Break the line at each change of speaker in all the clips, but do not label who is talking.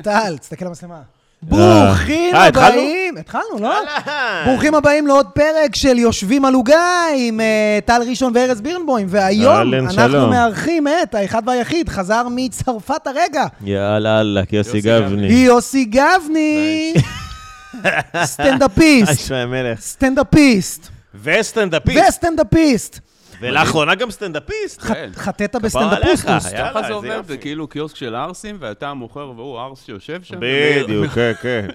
וטל, תסתכל למצלמה. ברוכים
אה, התחלנו?
הבאים, התחלנו, לא? ברוכים הבאים לעוד פרק של יושבים על עוגה עם אה, טל ראשון וארז בירנבוים, והיום
אהלן,
אנחנו
שלום.
מארחים את האחד והיחיד, חזר מצרפת הרגע,
יאללה, יאללה, יוסי גבני.
יוסי גבני, סטנדאפיסט,
אשמע המלך.
סטנדאפיסט,
וסטנדאפיסט.
וסטנדאפיסט,
ולאחרונה גם סטנדאפיסט.
ח- חטאת בסטנדאפיסטוס.
עליך, יאללה,
ככה זה
איזה
עובד,
יופי.
זה כאילו קיוסק של ערסים, ואתה המוכר והוא ערס שיושב שם.
בדיוק, כן, כן.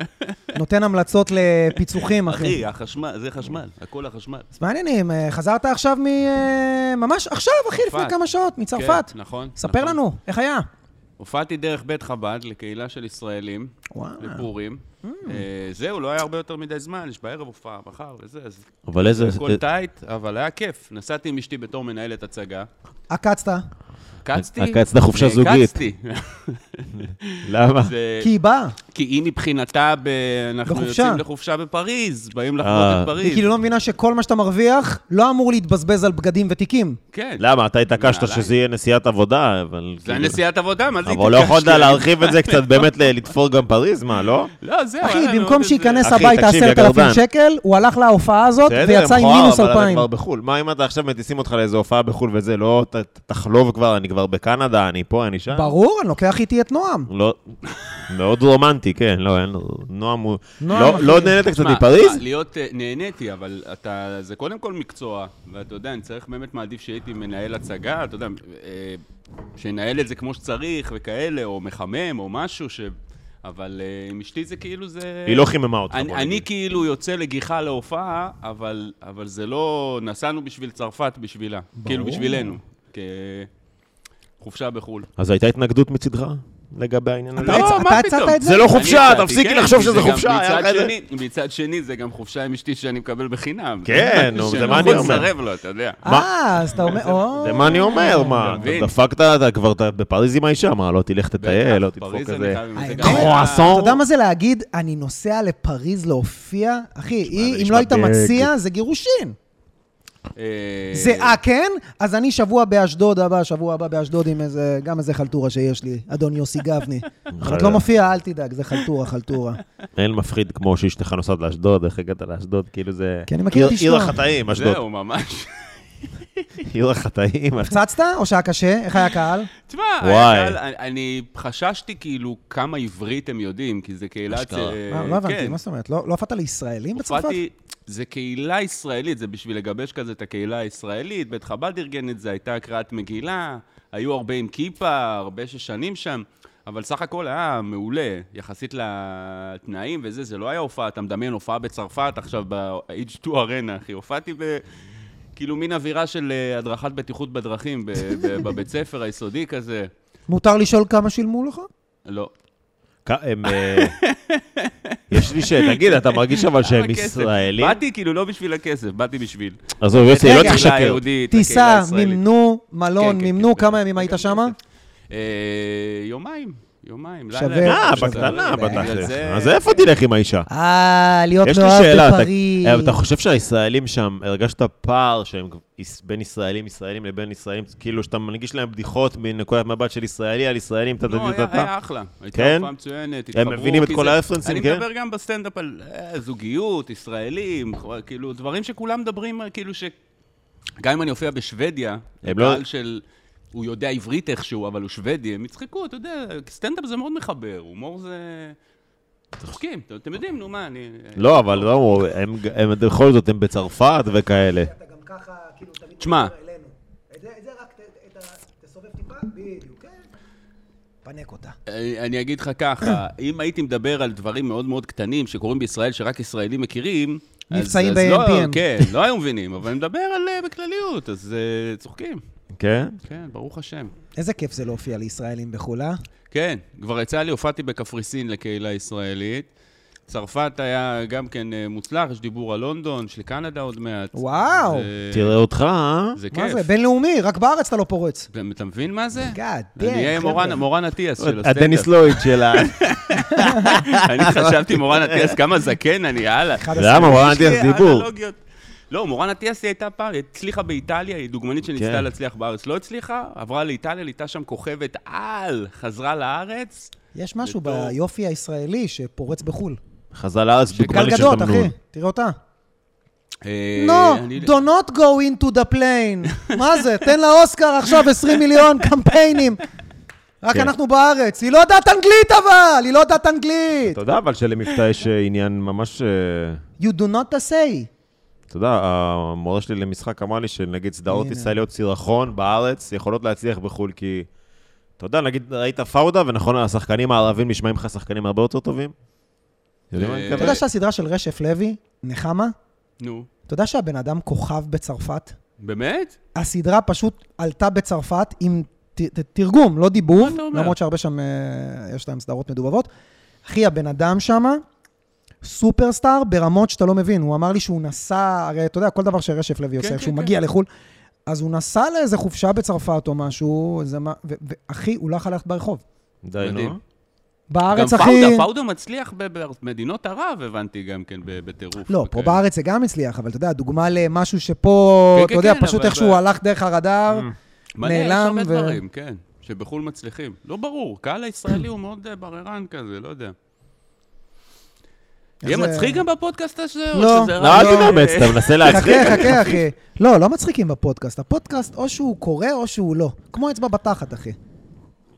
נותן המלצות לפיצוחים, אחי.
אחי, החשמל, זה חשמל, הכל החשמל.
אז מה העניינים? אה, חזרת עכשיו מ... אה, ממש עכשיו, אחי,
צרפת.
לפני כמה שעות, מצרפת.
כן, נכון.
ספר
נכון.
לנו, איך היה?
הופעתי דרך בית חב"ד לקהילה של ישראלים,
וואו.
לפורים. אה, זהו, לא היה הרבה יותר מדי זמן, יש בערב הופעה, מחר וזה, אז
אבל איזה...
הכל טייט, אבל היה כיף. נסעתי עם אשתי בתור מנהלת הצגה.
עקצת,
אה, קצתי. אה,
עקצת חופשה זוגית.
קצתי.
למה?
זה-
כי היא באה.
כי היא מבחינתה, ב... אנחנו
בחופשה.
יוצאים לחופשה בפריז, באים לחוות
אה.
את פריז.
היא כאילו לא מבינה שכל מה שאתה מרוויח לא אמור להתבזבז על בגדים ותיקים.
כן.
למה? אתה התעקשת
נעליים.
שזה יהיה נסיעת עבודה, אבל...
זה כן. היה
כאילו-
נסיעת עבודה, מה זה
אבל לא
התעקשתי?
יכולת להרחיב את זה קצת באמת ל- לתפור גם פריז, מה, לא?
לא, זהו. היה
אחי,
לנו
במקום
עוד
שייכנס
אחי,
הביתה
תקשיב,
10,000
לגרדן.
שקל, הוא הלך להופעה הזאת ויצא עם
מכוער,
מינוס
אבל אני
2,000.
כבר בחו"ל. מה אם אתה עכשיו מטיסים אותך לאיזו הופעה בחו"ל וזה, לא ת- תחלוב כבר, אני כבר בקנדה, אני פה, אני שם.
ברור, אני לוקח איתי את נועם.
לא, מאוד רומנטי, כן, לא, אין לו, נועם הוא...
נועם,
לא-
אחי.
לא נהנית קצת
תשמע,
מפריז?
תשמע, להיות, אה, נהניתי, אבל אתה, זה קודם כל מקצוע, ואתה יודע, אני צריך באמת מעדיף שהייתי מנהל הצגה, אתה יודע, אה, שינהל את זה כמו שצריך וכאלה, או מחמם, או משהו ש... אבל אה, עם אשתי זה כאילו זה...
היא לא חיממה אותך.
אני,
בוא
אני
נגיד.
כאילו יוצא לגיחה להופעה, אבל, אבל זה לא... נסענו בשביל צרפת בשבילה. כאילו בשבילנו. כחופשה בחו"ל.
אז הייתה התנגדות מצידך לגבי העניין
לא,
הזה?
אתה הצ- אתה הצעת את זה?
זה לא
אני
חופשה,
הצעתי,
תפסיקי
כן,
לחשוב
כי
שזה
זה גם
חופשה, היה
מצד
לך איזה-
שני- מצד שני, זה גם חופשה עם אשתי שאני מקבל בחינם.
כן, נו, זה
שאני
מה אני
יכול
אומר.
לסרב לו, אתה יודע.
אה, אז אתה אומר, או...
זה מה אני אומר, מה?
אתה מבין?
דפקת, אתה כבר אתה בפריז עם האישה, מה, לא תלך תטייל, לא תדפוק
פריז,
כזה. אה,
אני חייב עם זה גם.
קרואסון.
אה, אתה יודע מה זה להגיד, אני נוסע לפריז להופיע? אחי, היא,
זה
אם
נשמע
לא היית
דג.
מציע, זה גירושין.
אה,
זה אה, כן? אז אני שבוע באשדוד הבא, שבוע הבא באשדוד עם איזה, גם איזה חלטורה שיש לי, אדון יוסי גבני. אבל את
אה.
לא מופיעה, אל תדאג, זה חלטורה, חלטורה.
אין מפחיד כמו שאשתך נוסעת לאשדוד, איך הגעת לאשדוד, כאילו זה...
כי אני מכיר
עיר-
את אשתו.
עיר החטאים, אשדוד.
זהו, ממש.
עיר החטאים.
הפצצת או שהיה קשה? איך היה הקהל?
תשמע,
וואי.
היה קל, אני- אני חששתי כאילו כמה עברית הם יודעים, כי זה קהילת...
אשכרה.
אה,
מה, לא הבנתי,
כן.
מה זאת אומרת? לא לא הופעת לישראלים בצרפת?
הופעתי, זה קהילה ישראלית, זה בשביל לגבש כזה את הקהילה הישראלית, בית חב"ד ארגן את זה, הייתה הקראת מגילה, היו הרבה עם כיפה, הרבה ששנים שם, אבל סך הכל היה מעולה, יחסית לתנאים וזה, זה לא היה הופעה, אתה מדמיין הופעה בצרפת עכשיו ב-H2 ארנה, אחי, הופעתי ב... כאילו מין אווירה של אה, הדרכת בטיחות בדרכים ב- ב- בבית ספר היסודי כזה.
מותר לשאול כמה שילמו לך?
לא.
כ- הם, אה, יש לי ש... תגיד, אתה מרגיש אבל שהם
כמה כסף?
ישראלים?
באתי כאילו לא בשביל הכסף, באתי בשביל...
עזוב, יוסי,
רגע.
לא צריך
הקהילה
לשקר.
היהודית, הקהילה
טיסה,
הישראלית.
מימנו, מלון,
כן, כן,
מימנו,
כן,
כמה
כן.
ימים היית
כן,
שמה?
אה, יומיים, יומיים. לילה
שווה.
אחד,
אה,
שווה.
בקטנה,
בגלל
בתכלס.
זה-
אז איפה תלך עם האישה?
אה, להיות
יש לי
מאוהב
שאלה, אתה-
בפריז.
אבל אתה חושב שהישראלים שם, הרגשת פער שהם יש- בין ישראלים, ישראלים לבין ישראלים, כאילו שאתה מנגיש להם בדיחות מנקודת מבט של ישראלי על ישראלים, טה טה
לא,
טה
היה
טה.
היה אחלה. הייתה
כן?
הופעה מצוינת, התחברו.
מבינים את
כי
כל
זה-
הרפרנסים, כן?
אני מדבר גם בסטנדאפ על אה, זוגיות, ישראלים, כאילו, דברים שכולם מדברים, אה, כאילו ש... גם אם אני אופיע בשוודיה,
הם לא-
הקהל של... הוא יודע עברית איכשהו, אבל הוא שוודי, הם יצחקו, אתה יודע, סטנדאפ זה מאוד מחבר, הומור זה... צוחקים, אתם- אתם יודעים, נו מה, אני...
לא, אבל לא, הם- הם בכל זאת, הם בצרפת וכאלה.
אתה גם ככה, כאילו, תמיד
תשמע.
מדבר אלינו. את זה, את זה רק, ת, ת, ת, תסובב טיפה, בדיוק, כן. פנק אותה.
אני אני אגיד לך ככה, אם הייתי מדבר על דברים מאוד מאוד קטנים שקורים בישראל, שרק ישראלים מכירים, אז-
מבצעים
אז לא-
ב-NPM.
כן, לא היו מבינים, אבל אני מדבר על אה, בכלליות, אז אה, צוחקים.
כן?
כן, ברוך השם.
איזה כיף זה להופיע לישראלים בחו"ל, אה?
כן, כבר יצא לי, הופעתי בקפריסין לקהילה ישראלית. צרפת היה גם כן אה, מוצלח, יש דיבור על לונדון, יש לי קנדה עוד מעט.
וואו.
זה-
תראה אותך, אה?
זה
מה
כיף.
זה, בינלאומי, רק בארץ אתה לא פורץ.
אתה- אתה מבין מה זה?
God damn,
אני אהיה
חבר'ה.
מורן- מורן אטיאס של הסטנדאפ.
הדניס לויד של ה...
אני חשבתי מורן אטיאס, כמה זקן אני, יאללה.
למה? הוא היה
יש לי
דיבור.
אנלוגיות. לא, מורן אטיאס היא הייתה פעם, היא הצליחה באיטליה, היא דוגמנית שניסתה
כן.
להצליח בארץ, לא הצליחה, עברה לאיטליה, הייתה שם כוכבת על, חזרה לארץ,
יש משהו
בתור-
ביופי הישראלי שפורץ בחו"ל.
חז"ל הארץ, דוגמה
גל
לי של
גדות,
תמנון.
אחי, תראה אותה.
אה,
No,
אני-
do not go into the plane. מה זה? תן לה אוסקר עכשיו 20 מיליון קמפיינים. רק
כן.
אנחנו בארץ. היא לא יודעת אנגלית אבל! היא לא יודעת אנגלית!
אתה יודע אבל שלמבטא יש אה, עניין ממש... אה,
You do not say.
אתה יודע, המורה שלי למשחק אמר לי שנגיד סדרות
הנה.
ישראליות סירחון בארץ יכולות להצליח בחו"ל, כי... אתה יודע, נגיד ראית פאודה, ונכון, השחקנים הערבים נשמעים לך שחקנים הרבה יותר טובים? אתה יודע מה אני
אה,
אתה
מתכוון?
יודע שהסדרה של רשף לוי, נחמה,
נו,
אתה יודע שהבן אדם כוכב בצרפת?
באמת?
הסדרה פשוט עלתה בצרפת עם ת- ת- תרגום, לא דיבוב,
מה אתה אומר?
למרות שהרבה שם, אה, יש להם סדרות מדובבות. אחי, הבן אדם שם, סופרסטאר ברמות שאתה לא מבין. הוא אמר לי שהוא נסע, הרי אתה יודע, כל דבר שרשף לוי עושה,
כן,
כשהוא
כן.
מגיע לחו"ל, אז הוא נסע לאיזה חופשה בצרפת או משהו, איזה מה- ו- ואחי, הוא לא יכול ללכת ברחוב.
די, נו. לא,
מדהים. גם
בארץ, אחי...
פאודה, פאודה מצליח במדינות ערב, הבנתי גם כן ב- בטירוף.
לא, פה
אוקיי.
בארץ זה גם הצליח, אבל אתה יודע, דוגמה למשהו שפה,
כן,
אתה
כן,
יודע,
כן,
פשוט
אבל
איכשהו
ב- Mm.
הלך דרך הרדאר.
מלא, יש
נעלם
הרבה
ו-
דברים, כן, שבחו"ל מצליחים. לא ברור, קהל הישראלי הוא מאוד אה, בררן כזה, לא יודע. יהיה
זה-
מצחיק גם בפודקאסט הזה? או
לא.
שזה
לא,
רק-
אל תתאמץ, אתה
אה,
מנסה
לא,
להצחיק.
חכה, חכה, אחי. לא, לא מצחיקים בפודקאסט. הפודקאסט, או שהוא קורא או שהוא לא. כמו אצבע בתחת, אחי.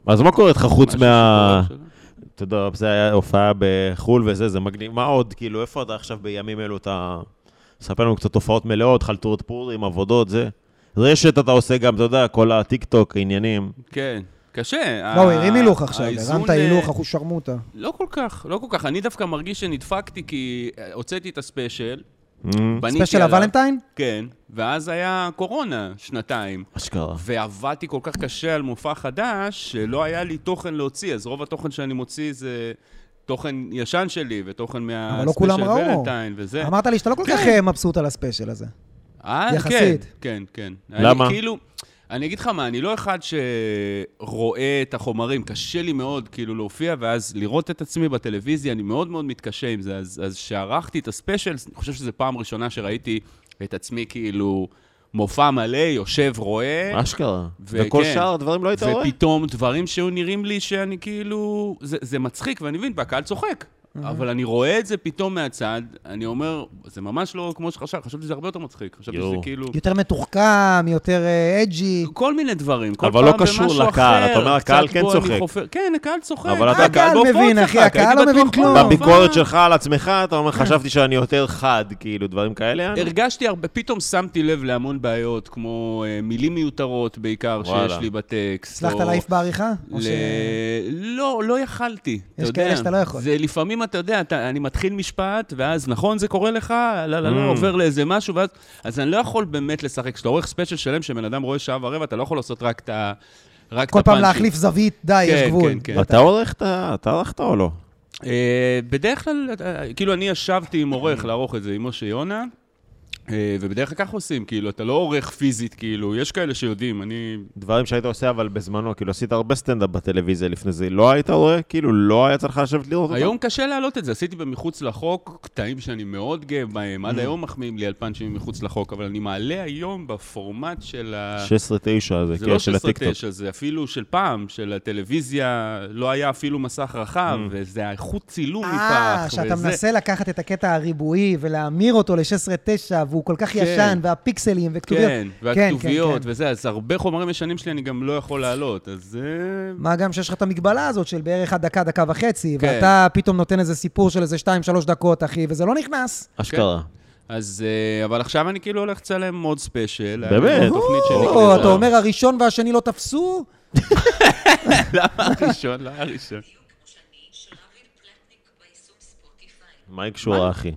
אז מה קורה איתך חוץ
משהו לא
מה...
שקורה עכשיו.
אתה יודע, זה היה הופעה בחו"ל וזה, זה מגניב. מה עוד? כאילו, איפה אתה עכשיו בימים אלו? אתה... ספר לנו קצת תופעות מלאות, חלטורת פורים, עבודות, זה. רשת אתה עושה גם, אתה יודע, כל הטיקטוק, עניינים.
כן, קשה.
לא, הוא
ה-
הרים הילוך עכשיו,
האיזון,
הרמת
אה,
הילוך, אחו שרמוטה.
לא כל כך, לא כל כך. אני דווקא מרגיש שנדפקתי כי אה, הוצאתי את הספיישל, בניתי
Mm-hmm. ספיישל
עליו.
הוולנטיין?
כן, ואז היה קורונה, שנתיים.
אשכרה.
ועבדתי כל כך קשה על מופע חדש, שלא היה לי תוכן להוציא, אז רוב התוכן שאני מוציא זה תוכן ישן שלי, ותוכן מה...
אבל לא כולם
ספיישל
ראו.
ולנטיין וזה.
אמרת לי שאתה לא כל כך
כן.
אה, מבסוט על הספיישל הזה.
אה,
יחסית.
כן, כן, כן.
למה?
אני, כאילו, אני אגיד לך מה, אני לא אחד שרואה את החומרים, קשה לי מאוד כאילו להופיע, ואז לראות את עצמי בטלוויזיה, אני מאוד מאוד מתקשה עם זה. אז אז כשערכתי את הספיישל, אני חושב שזו פעם ראשונה שראיתי את עצמי כאילו מופע מלא, יושב, רואה.
אשכרה.
וכן.
וכל שאר הדברים לא היית רואה?
ופתאום דברים שהיו נראים לי שאני כאילו... זה, זה מצחיק, ואני מבין, והקהל צוחק. אבל אני רואה את זה פתאום מהצד, אני אומר, זה ממש לא כמו שחשב, חשבתי שזה הרבה יותר מצחיק. חשבתי
יואו.
שזה כאילו...
יותר מתוחכם, יותר אה, אג'י.
כל מיני דברים, כל
אבל
פעם
לא קשור
במשהו
לקהל,
אחר,
אתה אומר,
קצת
הקהל כן
בו אני
צוחק.
חופר- כן, הקהל צוחק.
אבל אתה-
הקהל
בהופעות
מבין,
צחק,
אחי,
הייתי
הקהל לא
בטוח
מבין
בו,
כלום.
אבל-
בביקורת שלך על עצמך, אתה אומר, חשבתי שאני יותר חד, כאילו, דברים כאלה. אני-
כן. הרגשתי הרבה, פתאום שמתי לב להמון בעיות, כמו אה, מילים מיותרות בעיקר שיש
וואלה.
לי בטקסט.
הצלחת
או-
להעיף בעריכה? או
ל...
ש-
לא, לא יכלתי. אתה
יש
יודע.
כאלה שאתה לא יכול.
זה לפעמים, אתה יודע, אתה, אני מתחיל משפט, ואז נכון זה קורה לך, לא, לא,
Mm.
לא, עובר לאיזה משהו, ואז... אז אני לא יכול באמת לשחק. כשאתה עורך ספיישל שלם שבן אדם רואה שעה ורבע, אתה לא יכול לעשות רק את ה... רק
כל
את
פעם
הפאנצ'ים.
להחליף זווית, די,
כן,
יש גבול.
כן, כן.
אתה עורך את ה... אתה ערכת או לא?
אה, בדרך כלל, אה, כאילו, אני ישבתי עם עורך לערוך את זה, עם משה יונה, אה, ובדרך כלל כך עושים, כאילו, אתה לא עורך פיזית, כאילו, יש כאלה שיודעים, אני...
דברים שהיית עושה, אבל בזמנו, כאילו, עשית הרבה סטנדאפ בטלוויזיה לפני זה, לא היית רואה? כאילו, לא היה צריך לשבת לראות אותו?
היום קשה להעלות את זה, עשיתי במחוץ לחוק קטעים שאני מאוד גאה בהם, עד היום מחמיאים לי על פאנצ'ים מחוץ לחוק, אבל אני מעלה היום בפורמט של ה...
16-9 הזה,
זה
כן,
לא
של הטיקטוק.
16-9, זה אפילו של פעם, של הטלוויזיה, לא היה אפילו מסך רחב, וזה האיכות צילום מפח.
אה, שאתה
וזה-
מנסה לקחת את הקטע הריבועי ולהמיר אותו ל-16-9, והוא כל כך
כן.
ישן, והפיקסלים, וכתוביות.
כן,
כן,
והכתוביות
כן.
וזה, אז הרבה חומרים ישנים שלי אני גם לא יכול להעלות, אז אה, זה...
מה גם שיש לך את המגבלה הזאת של בערך הדקה, דקה וחצי,
כן.
ואתה פתאום נותן איזה סיפור של איזה 2-3 דקות, אחי, וזה לא נכנס.
אשכרה.
כן. אז... אה, אבל עכשיו אני כאילו הולך לצלם עוד ספיישל. היה
באמת?
לי תוכנית
או,
לא
שנקראת...
אתה אומר, הראשון והשני לא תפסו?
למה הראשון? לא היה הראשון.
דיוק פולשני של אביב פלטניק ביישום ספוטיפיי.
מה היא קשורה, אחי?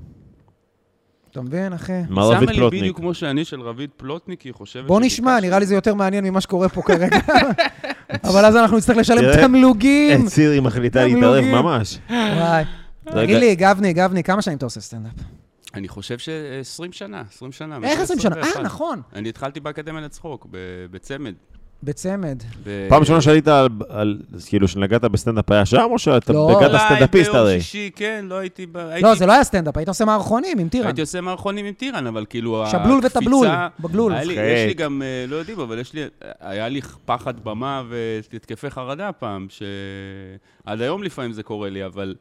אתה מבין, אחי?
מה רביד
שמה לי
פלוטניק?
בדיוק כמו שאני של רביד פלוטניק, היא חושבת...
בוא
שביקשתי.
נשמע, נראה לי זה יותר מעניין ממה שקורה פה כרגע. אבל אז אנחנו נצטרך לשלם
תראה,
תמלוגים.
את סירי אה, מחליטה
תמלוגים.
להתערב ממש.
אה.
וואי.
רגע.
תגיד לי, גבני, גבני, כמה שנים אתה עושה סטנדאפ?
אני חושב ש-20 שנה, 20 שנה.
איך 20 שנה? אה,
21.
נכון.
אני התחלתי באקדמיה לצחוק, ב- בצמד.
בצמד.
ב-
פעם ראשונה שעלית על, על, כאילו, שנגעת בסטנדאפ היה שם, או שאתה
לא.
הגעת
אולי
סטנדאפיסט
ביום
הרי?
שישי, כן, לא הייתי... ב-
לא,
הייתי-
זה לא היה סטנדאפ, היית עושה מערכונים עם טירן.
הייתי עושה מערכונים עם טירן, אבל כאילו
שבלול
הקפיצה-
ותבלול, בגלול.
היה לי-
מצחיק.
יש לי גם, אה, לא יודעים, אבל יש לי, היה לי פחד במה והתקפי חרדה פעם, שעד היום לפעמים זה קורה לי, אבל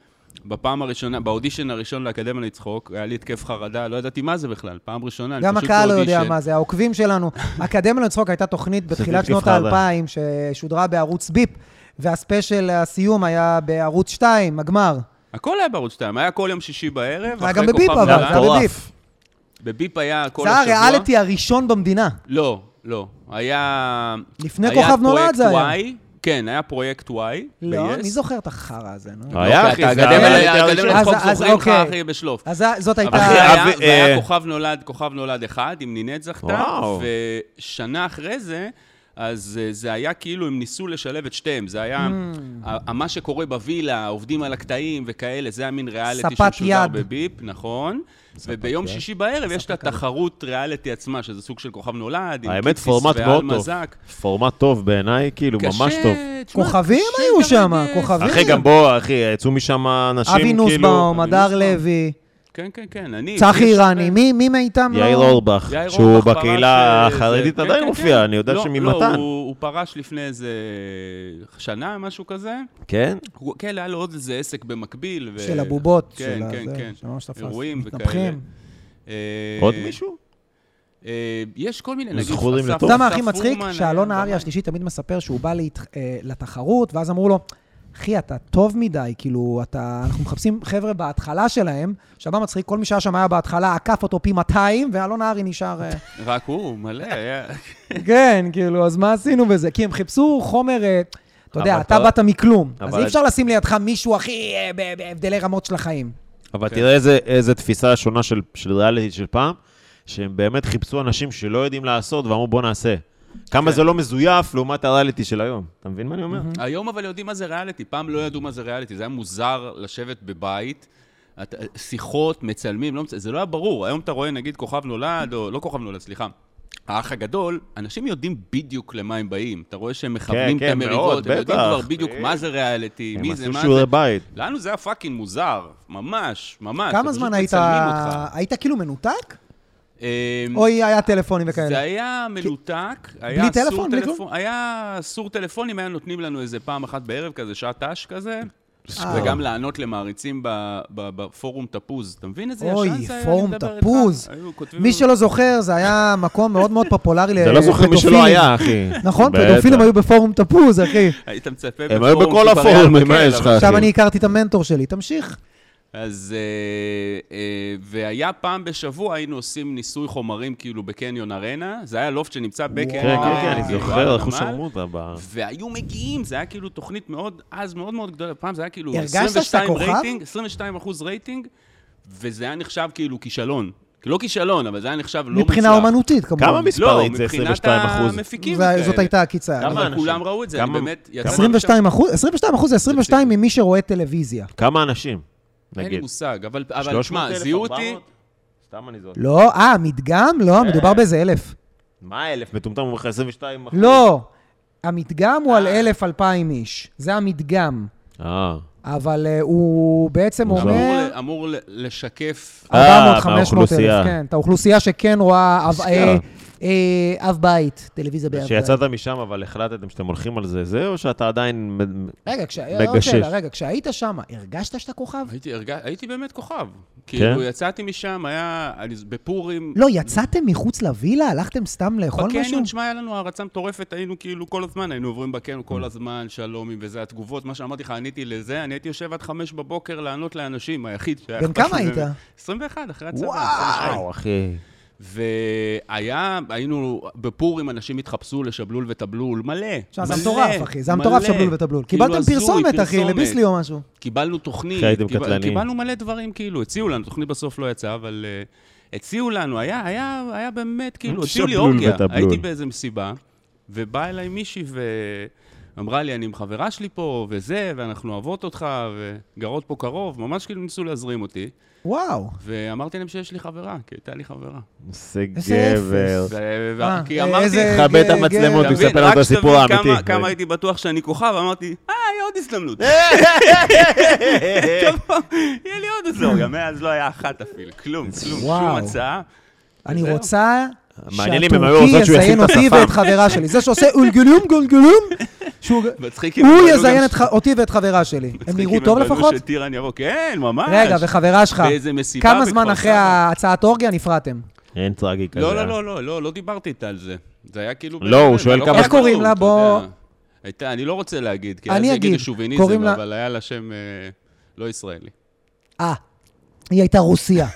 בפעם הראשונה, באודישן הראשון לאקדמיה לצחוק, היה לי התקף חרדה, לא ידעתי מה זה בכלל, פעם ראשונה, אני
גם
פשוט
הקהל לא יודע
באודישן.
מה זה, העוקבים שלנו. אקדמיה לצחוק הייתה תוכנית בתחילת
התקף
שנות
חרדה.
האלפיים, ששודרה בערוץ ביפ, והספיישל הסיום היה בערוץ 2, הגמר.
הכל היה בערוץ 2, היה כל יום שישי בערב,
היה
אחרי
גם בביפ,
כוכב
אבל
זה
זה
היה
נולד.
היה
מטורף.
בביפ.
בביפ היה כל
זה
השבוע.
היה הריאליטי הראשון במדינה.
לא, לא. היה...
לפני כוכב נולד זה היה.
פרויקט Y, כן, היה פרויקט Y.
לא,
ב-yes. אה.
מי זוכר את החרא הזה, נו?
לא, היה, אחי,
אתה
זה
אקדמיה
היה
לאקדמיה
הראשון.
לצחוק
אז- אז
זוכרים לך,
אוקיי.
אחי, בשלוף.
אז זה- זאת הייתה...
אבל זה היה-
אבי-
זה היה
אה,
כוכב נולד, כוכב נולד אחד, עם נינת זכתה,
וואו.
ושנה אחרי זה, אז אה, זה היה כאילו הם ניסו לשלב את שתיהם, זה היה ה- מה שקורה בווילה, עובדים על הקטעים וכאלה, זה היה מין ריאליטי
ספת
שמשודר
יד.
בביפ, נכון? וביום שישי בערב יש את התחרות ריאליטי עצמה, שזה סוג של כוכב נולד, עם
האמת,
קיציס
פורמט מאוד
ואלמה
טוב.
זק.
פורמט טוב בעיניי, כאילו,
קשה,
ממש טוב.
תשמע,
כוכבים
קשה
היו
גם אה,
שם,
לגייס.
כוכבים.
אחי, גם בוא, אחי, יצאו משם אנשים, כאילו...
אבי נוסבאום,
אבי
הדר
נוסבאום.
לוי,
כן, כן, כן, אני...
צחי
יש-
איראני, מי- מי מאיתם לא...
כאילו, יאיר אורבך,
יאיר
שהוא
אורבך
בקהילה
פרש, אה,
החרדית
זה-
עדיין
כן, כן,
מופיע,
כן.
אני יודע
לא,
שממתן.
לא, הוא הוא פרש לפני איזה שנה, משהו כזה.
כן?
הוא- כן, היה לו עוד איזה עסק במקביל. ו-
של הבובות, של
כן,
הזה,
כן, כן.
שממש תפס.
אירועים וכאלה.
מתנפחים.
אה,
עוד מישהו?
אה, יש כל מיני,
הוא
נגיד,
זכורים
אסף-
לטוב.
אתה יודע מה
אסף
הכי מצחיק?
פורמן אה, לא,
שאלון
היה
הארי
במאי.
השלישי תמיד מספר שהוא בא להת- אה, לתחרות, ואז אמרו לו, אחי, אתה טוב מדי, כאילו, אתה... אנחנו מחפשים חבר'ה בהתחלה שלהם, שבה מצחיק, כל מי שהיה שם היה בהתחלה, עקף אותו פי 200, ואלון הארי נשאר... אה,
רק הוא, מלא, היה...
כן, כאילו, אז מה עשינו בזה? כי הם חיפשו חומר, אה, אתה יודע,
אבל
אתה
אתה-
באת מכלום, אז
אבל-
אי אפשר לשים לידך מישהו הכי אה, ב- בהבדלי רמות של החיים.
אבל
כן.
תראה איזה- איזה תפיסה שונה של- של ריאליטי של פעם, שהם באמת חיפשו אנשים שלא יודעים לעשות ואמרו בוא נעשה.
כן.
כמה זה לא מזויף לעומת הריאליטי של היום. אתה מבין מה אני אומר?
היום אבל יודעים מה זה ריאליטי, פעם לא ידעו מה זה ריאליטי, זה היה מוזר לשבת בבית, את- שיחות, מצלמים, לא מצלמים, זה לא היה ברור. היום אתה רואה נגיד כוכב נולד, או לא כוכב נולד, סליחה. האח הגדול, אנשים יודעים בדיוק למה הם באים. אתה רואה שהם מכוונים
כן,
את המריבות,
מאוד,
הם יודעים
בטח.
כבר בדיוק
כן.
מה זה ריאליטי,
הם
מי זה,
עשו
מה זה.
שיעורי בית.
לנו זה היה פאקינג מוזר, ממש, ממש.
כמה
הם
זמן
פשוט
היית...
מצלמים אותך.
היית כאילו מנותק?
אמ,
או היה טלפונים
זה
וכאלה?
היה מנותק, היה
בלי
אסור
טלפון, בלי כלום?
טלפון- היה אסור טלפונים, היה נותנים לנו איזה פעם אחת בערב, כזה שעת אש כזה,
אה.
וגם לענות למעריצים ב- ב- בפורום תפוז. אתה מבין איזה
אוי,
ישן זה היה? אני
פורום
מדבר איתך?
תפוז.
היו כותבים
מי
לנו-
שלא זוכר, זה היה מקום מאוד מאוד פופולרי
אתה לא זוכר מי שלא
לפדופילים.
היה, אחי.
נכון,
בטח.
פדופילים היו בפורום תפוז, אחי.
היית מצפה
הם היו
בפורום
בכל
שכבר היה
הפורומים, מה
מקל,
יש לך,
אבל-
אחי?
עכשיו אני הכרתי את המנטור שלי, תמשיך.
אז... אה, אה, והיה פעם בשבוע, היינו עושים ניסוי חומרים כאילו בקניון ארנה, זה היה לופט שנמצא בקניון
כן,
ארנה.
כן, כן, אני
כאילו,
זוכר,
על
הלכו
הנמל.
שרמוטה ב...
והיו מגיעים, זה היה כאילו תוכנית מאוד, אז מאוד מאוד גדולה, פעם זה היה כאילו
הרגשת
22
שאתה כוכב?
רייטינג, 22 אחוז רייטינג, וזה היה נחשב כאילו כישלון. לא כישלון, אבל זה היה נחשב לא מוצלח.
מבחינה אומנותית, כמובן.
כמה מס- מספרית זה
לא, מבחינת
22%.
המפיקים
זה-
וכאלה.
זאת הייתה עקיצה.
כמה
אבל
אנשים?
כולם ראו את זה, אני
כמה-
באמת... יצא
22 אחוז, 22 אחוז זה 22 ממי שרואה טלוויזיה.
כמה אנשים,
מהמשם. אין לי
נגיד?
מושג, אבל אבל
300
שמע,
אלף,
זיהו אותי,
400? סתם אני זוכר.
לא, אה, מדגם? לא,
אה.
מדובר באיזה אלף.
מה אלף? מטומטם הוא אומר לך 22 אחוז.
לא, המדגם הוא על אלף אלפיים איש. זה המדגם.
אה.
אבל אה, הוא בעצם
הוא
אמור
אומר...
ל- אמור ל- לשקף
400-500
אה,
אלף,
מהאוכלוסייה.
כן. את האוכלוסייה שכן רואה אב-
אשכרה.
אה, אה, אב בית, טלוויזיה באב בית.
כשיצאת משם, אבל החלטתם שאתם הולכים על זה, זה, או שאתה עדיין... מ-
רגע, כש... אה, אוקיי, עוד
מגשש.
שאלה, רגע, כשהיית שם, הרגשת שאתה כוכב?
הייתי, הרג... הייתי באמת כוכב.
כן?
כאילו, יצאתי משם, היה אני, בפורים...
לא, יצאתם מחוץ לווילה? הלכתם סתם לאכול משהו?
בקניון, שמע, היה לנו הערצה מטורפת, היינו כאילו כל הזמן, היינו עוברים בקניון כל
Mm.
הזמן, שלומים וזה, התגובות, מה שאמרתי לך, עניתי לזה, אני הייתי יושב עד חמש בבוקר לענות לאנשים, היחיד שהיה...
בן
אכפת
כמה
לי
היית?
באמת. 21, אחרי הצבא.
וואו.
22.
וואו, אחי.
והיה, היינו בפורים, אנשים התחפשו לשבלול ותבלול, מלא.
עכשיו, זה
מלא,
מטורף, אחי. זה
מלא.
המטורף שבלול ותבלול.
כאילו,
קיבלתם
הזוי,
פרסומת, אחי,
פרסומת.
לביסלי או משהו.
קיבלנו תוכנית.
כי הייתם
קיבל-
קטלניים.
קיבלנו מלא דברים, כאילו, הציעו לנו, תוכנית בסוף לא יצאה, אבל uh, הציעו לנו, היה, היה, היה באמת, כאילו, הציעו לי
שבלול
אורגיה.
ותבלול.
הייתי באיזה מסיבה, ובאה אליי מישהי ו... אמרה לי, אני עם חברה שלי פה, וזה, ואנחנו אוהבות אותך, וגרות פה קרוב, ממש כאילו ניסו להזרים אותי.
וואו.
ואמרתי להם שיש לי חברה, כי הייתה לי חברה.
איזה
איזה
גבר.
אפס.
ו- ו-
אה,
כי אמרתי,
איזה
אתה
תכבה את
ג-
המצלמות,
ג-
הוא מספר
מבין,
לנו את
רק
הסיפור
שתבין כמה-
האמיתי.
כמה הייתי בטוח שאני כוכב, אמרתי, אה, יהיה עוד הזדמנות. תבוא, יהיה לי עוד הזדמנות. גם מאז לא היה אחת אפילו, כלום, כלום, שום
וואו.
הצעה.
אני
וזהו.
רוצה
מעניין אם הם היו רוצות
שהטורקי
שהוא ישים
יזיין
את
אותי
השפם.
ואת חברה שלי. זה שעושה אולגלום גולגלום, שהוא...
מצחיק אם הם
הוא
בנו
יזיין
כן, לא גם
את ח- אותי ואת חברה שלי. הם
מצחיק
נראו
אם
טוב
בנו
לפחות?
שטירן ירוק, כן, ממש.
רגע, וחברה שלך,
באיזה מסיבה
כמה
בכפר
זמן אחרי
סבא.
ההצעת אורגיה נפרדתם?
אין טרגי כזה.
לא, לא, לא, לא, לא, לא דיברתי איתה על זה. זה היה כאילו...
לא, הוא
באמת,
שואל
לא
כמה-
כתוב,
איך קוראים לה?
אתה
בוא-
יודע. הייתה, אני לא רוצה להגיד, כי
אני
אז
אגיד.
יגידו
קוראים
שוביניזם,
לה-
אבל היה לה שם אה, לא ישראלי.
אה, היא הייתה רוסיה.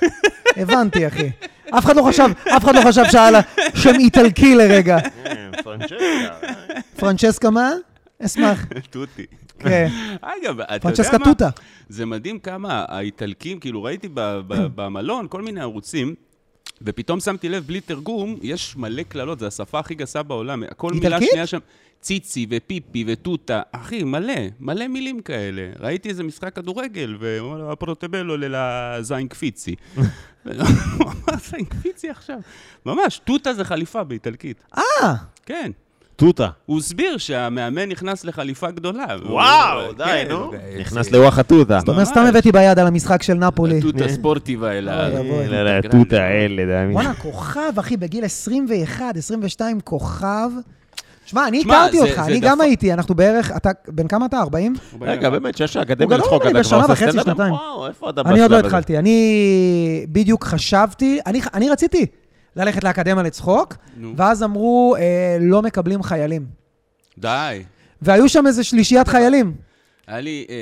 הבנתי, אחי. אף אחד לא חשב, אף אחד לא חשב שהיה לה שם איטלקי לרגע.
כן,
פרנצ'סקה מה? אשמח.
תותי.
כן.
אגב, אתה יודע מה?
פרנצ'סקה טוטה.
זה מדהים כמה האיטלקים, כאילו ראיתי ב-
כן.
ב- במלון כל מיני ערוצים, ופתאום שמתי לב, בלי תרגום, יש מלא קללות, זו השפה הכי גסה בעולם. כל מילה
איטלקית?
שנייה שם, ציצי ופיפי וטוטה. אחי, מלא, מלא מילים כאלה. ראיתי איזה משחק כדורגל, והוא אמר, הפרוטבלו לזין קפיצי. הוא אמר, זין קפיצי עכשיו. ממש, טוטה זה חליפה באיטלקית.
אה,
כן.
תותה.
הוא הסביר שהמאמן נכנס לחליפה גדולה.
וואו,
הוא-
די,
כן,
נו.
זה-
נכנס לווח התותה.
זאת אומרת, סתם הבאתי ביד על המשחק של נפולי.
התות הספורטיבה
אה,
האלה.
יבוא אליי.
לא, לא, תותה, אלה, דמי.
וואלה, כוכב, אחי, בגיל 21, 22, כוכב. שמע, אני הכרתי
זה-
אותך,
זה
אני גם
דפק.
הייתי, אנחנו בערך, אתה, בן כמה אתה? 40?
רגע, באמת, שיש
הוא
לאקדמיה
גדול
לצחוק,
ממני
אתה כבר
בשנה
עושה
וחצי,
סטנדאפ?
שנתיים.
וואו, איפה אתה
אני עוד לא
בשלב הזה?
התחלתי, אני בדיוק חשבתי, אני, אני רציתי ללכת לאקדמיה לצחוק,
נו.
ואז אמרו, אה, לא מקבלים חיילים.
די.
והיו שם איזה שלישיית חיילים.
היה לי, אה,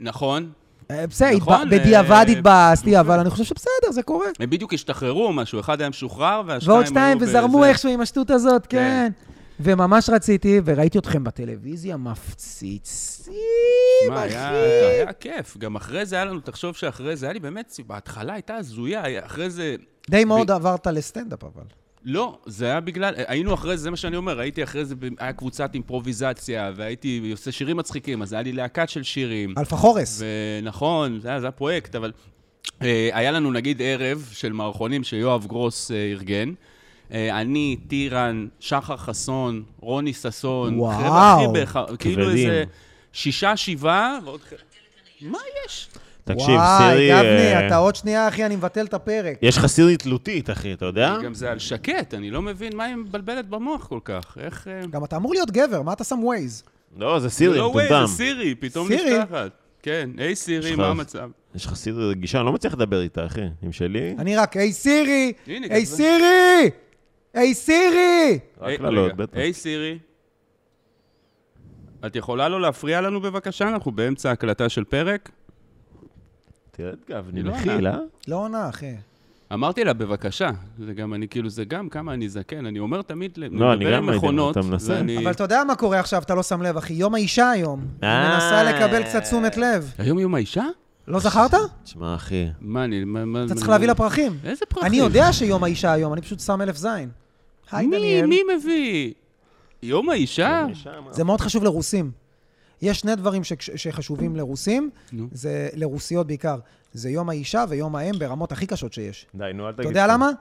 נכון,
אה, בסדר,
נכון,
התבא- בדיעבד
אה,
התבאסתי,
יפה.
אבל אני חושב שבסדר, זה קורה.
הם בדיוק השתחררו או משהו, אחד היה משוחרר והשניים
ועוד שתיים,
היו
וזרמו
בזה.
איכשהו עם השטות הזאת, כן.
כן.
וממש רציתי, וראיתי אתכם בטלוויזיה מפציצים,
שמע,
אחי.
היה, היה כיף, גם אחרי זה היה לנו, תחשוב שאחרי זה, היה לי באמת, בהתחלה הייתה הזויה, היה- אחרי זה,
די מאוד עברת לסטנדאפ, אבל.
לא, זה היה בגלל, היינו אחרי זה, זה מה שאני אומר, הייתי אחרי זה, ב- היה קבוצת אימפרוביזציה, והייתי עושה שירים מצחיקים, אז היה לי להקה של שירים.
אלפה חורס.
ונכון, זה היה, זה היה פרויקט, אבל אה, היה לנו נגיד ערב של מערכונים שיואב גרוס אה, ארגן. אה, אני, טירן, שחר חסון, רוני ששון,
וואו.
חבר'ה הכי בהכ- כאילו
כבדים.
איזה שישה, שבעה, ועוד חבר'ה. מה יש?
אה? תקשיב,
וואי,
סירי...
גבני,
אה,
אתה עוד שנייה, אחי, אני מבטל את הפרק.
יש לך סירי תלותית, אחי, אתה יודע?
גם זה על שקט, אני לא מבין מה היא מבלבלת במוח כל כך. איך... אה,
גם אתה אמור להיות גבר, מה אתה שם ווייז?
לא, זה סירי,
לא ווי, זה
מטומטם.
סירי, פתאום
סירי?
נפתחת. כן, היי סירי,
יש
מה
לך-
המצב?
יש לך סירי רגישה, אני לא מצליח לדבר איתה, אחי. עם שלי?
אני רק, היי סירי!
הנה,
היי
כזה.
סירי! היי סירי!
רק
היי,
קללות,
אה, רגע.
בטח.
היי סירי, את יכולה לא להפריע לנו בבקשה? אנחנו באמצע הקלטה של פרק.
תראה את גבני,
היא לא
מכיל,
עונה.
אה?
לא עונה, אחי.
אמרתי לה, בבקשה. זה גם, אני כאילו, זה גם כמה אני זקן. אני אומר תמיד, ל-
לא, אני
מדבר
גם
עם
הייתי,
מכונות,
אתה מנסה?
ואני-
אבל אתה יודע מה קורה עכשיו, אתה לא שם לב, אחי. יום האישה היום. היא
אה.
מנסה לקבל קצת תשומת לב.
היום יום האישה?
לא זכרת?
תשמע, אחי,
אה.
מה, אני... מה- מה-
אתה צריך
מה-
להביא לה פרחים.
איזה פרחים?
אני יודע שיום האישה היום, אני פשוט שם אלף זין. היי,
מי,
דניאל.
מי מביא? יום האישה?
אה.
זה מאוד חשוב לרוסים. יש שני דברים ש- שחשובים לרוסים,
נו.
זה לרוסיות בעיקר. זה יום האישה ויום האם ברמות הכי קשות שיש.
די, נו, אל תגיד.
אתה יודע למה?
נו.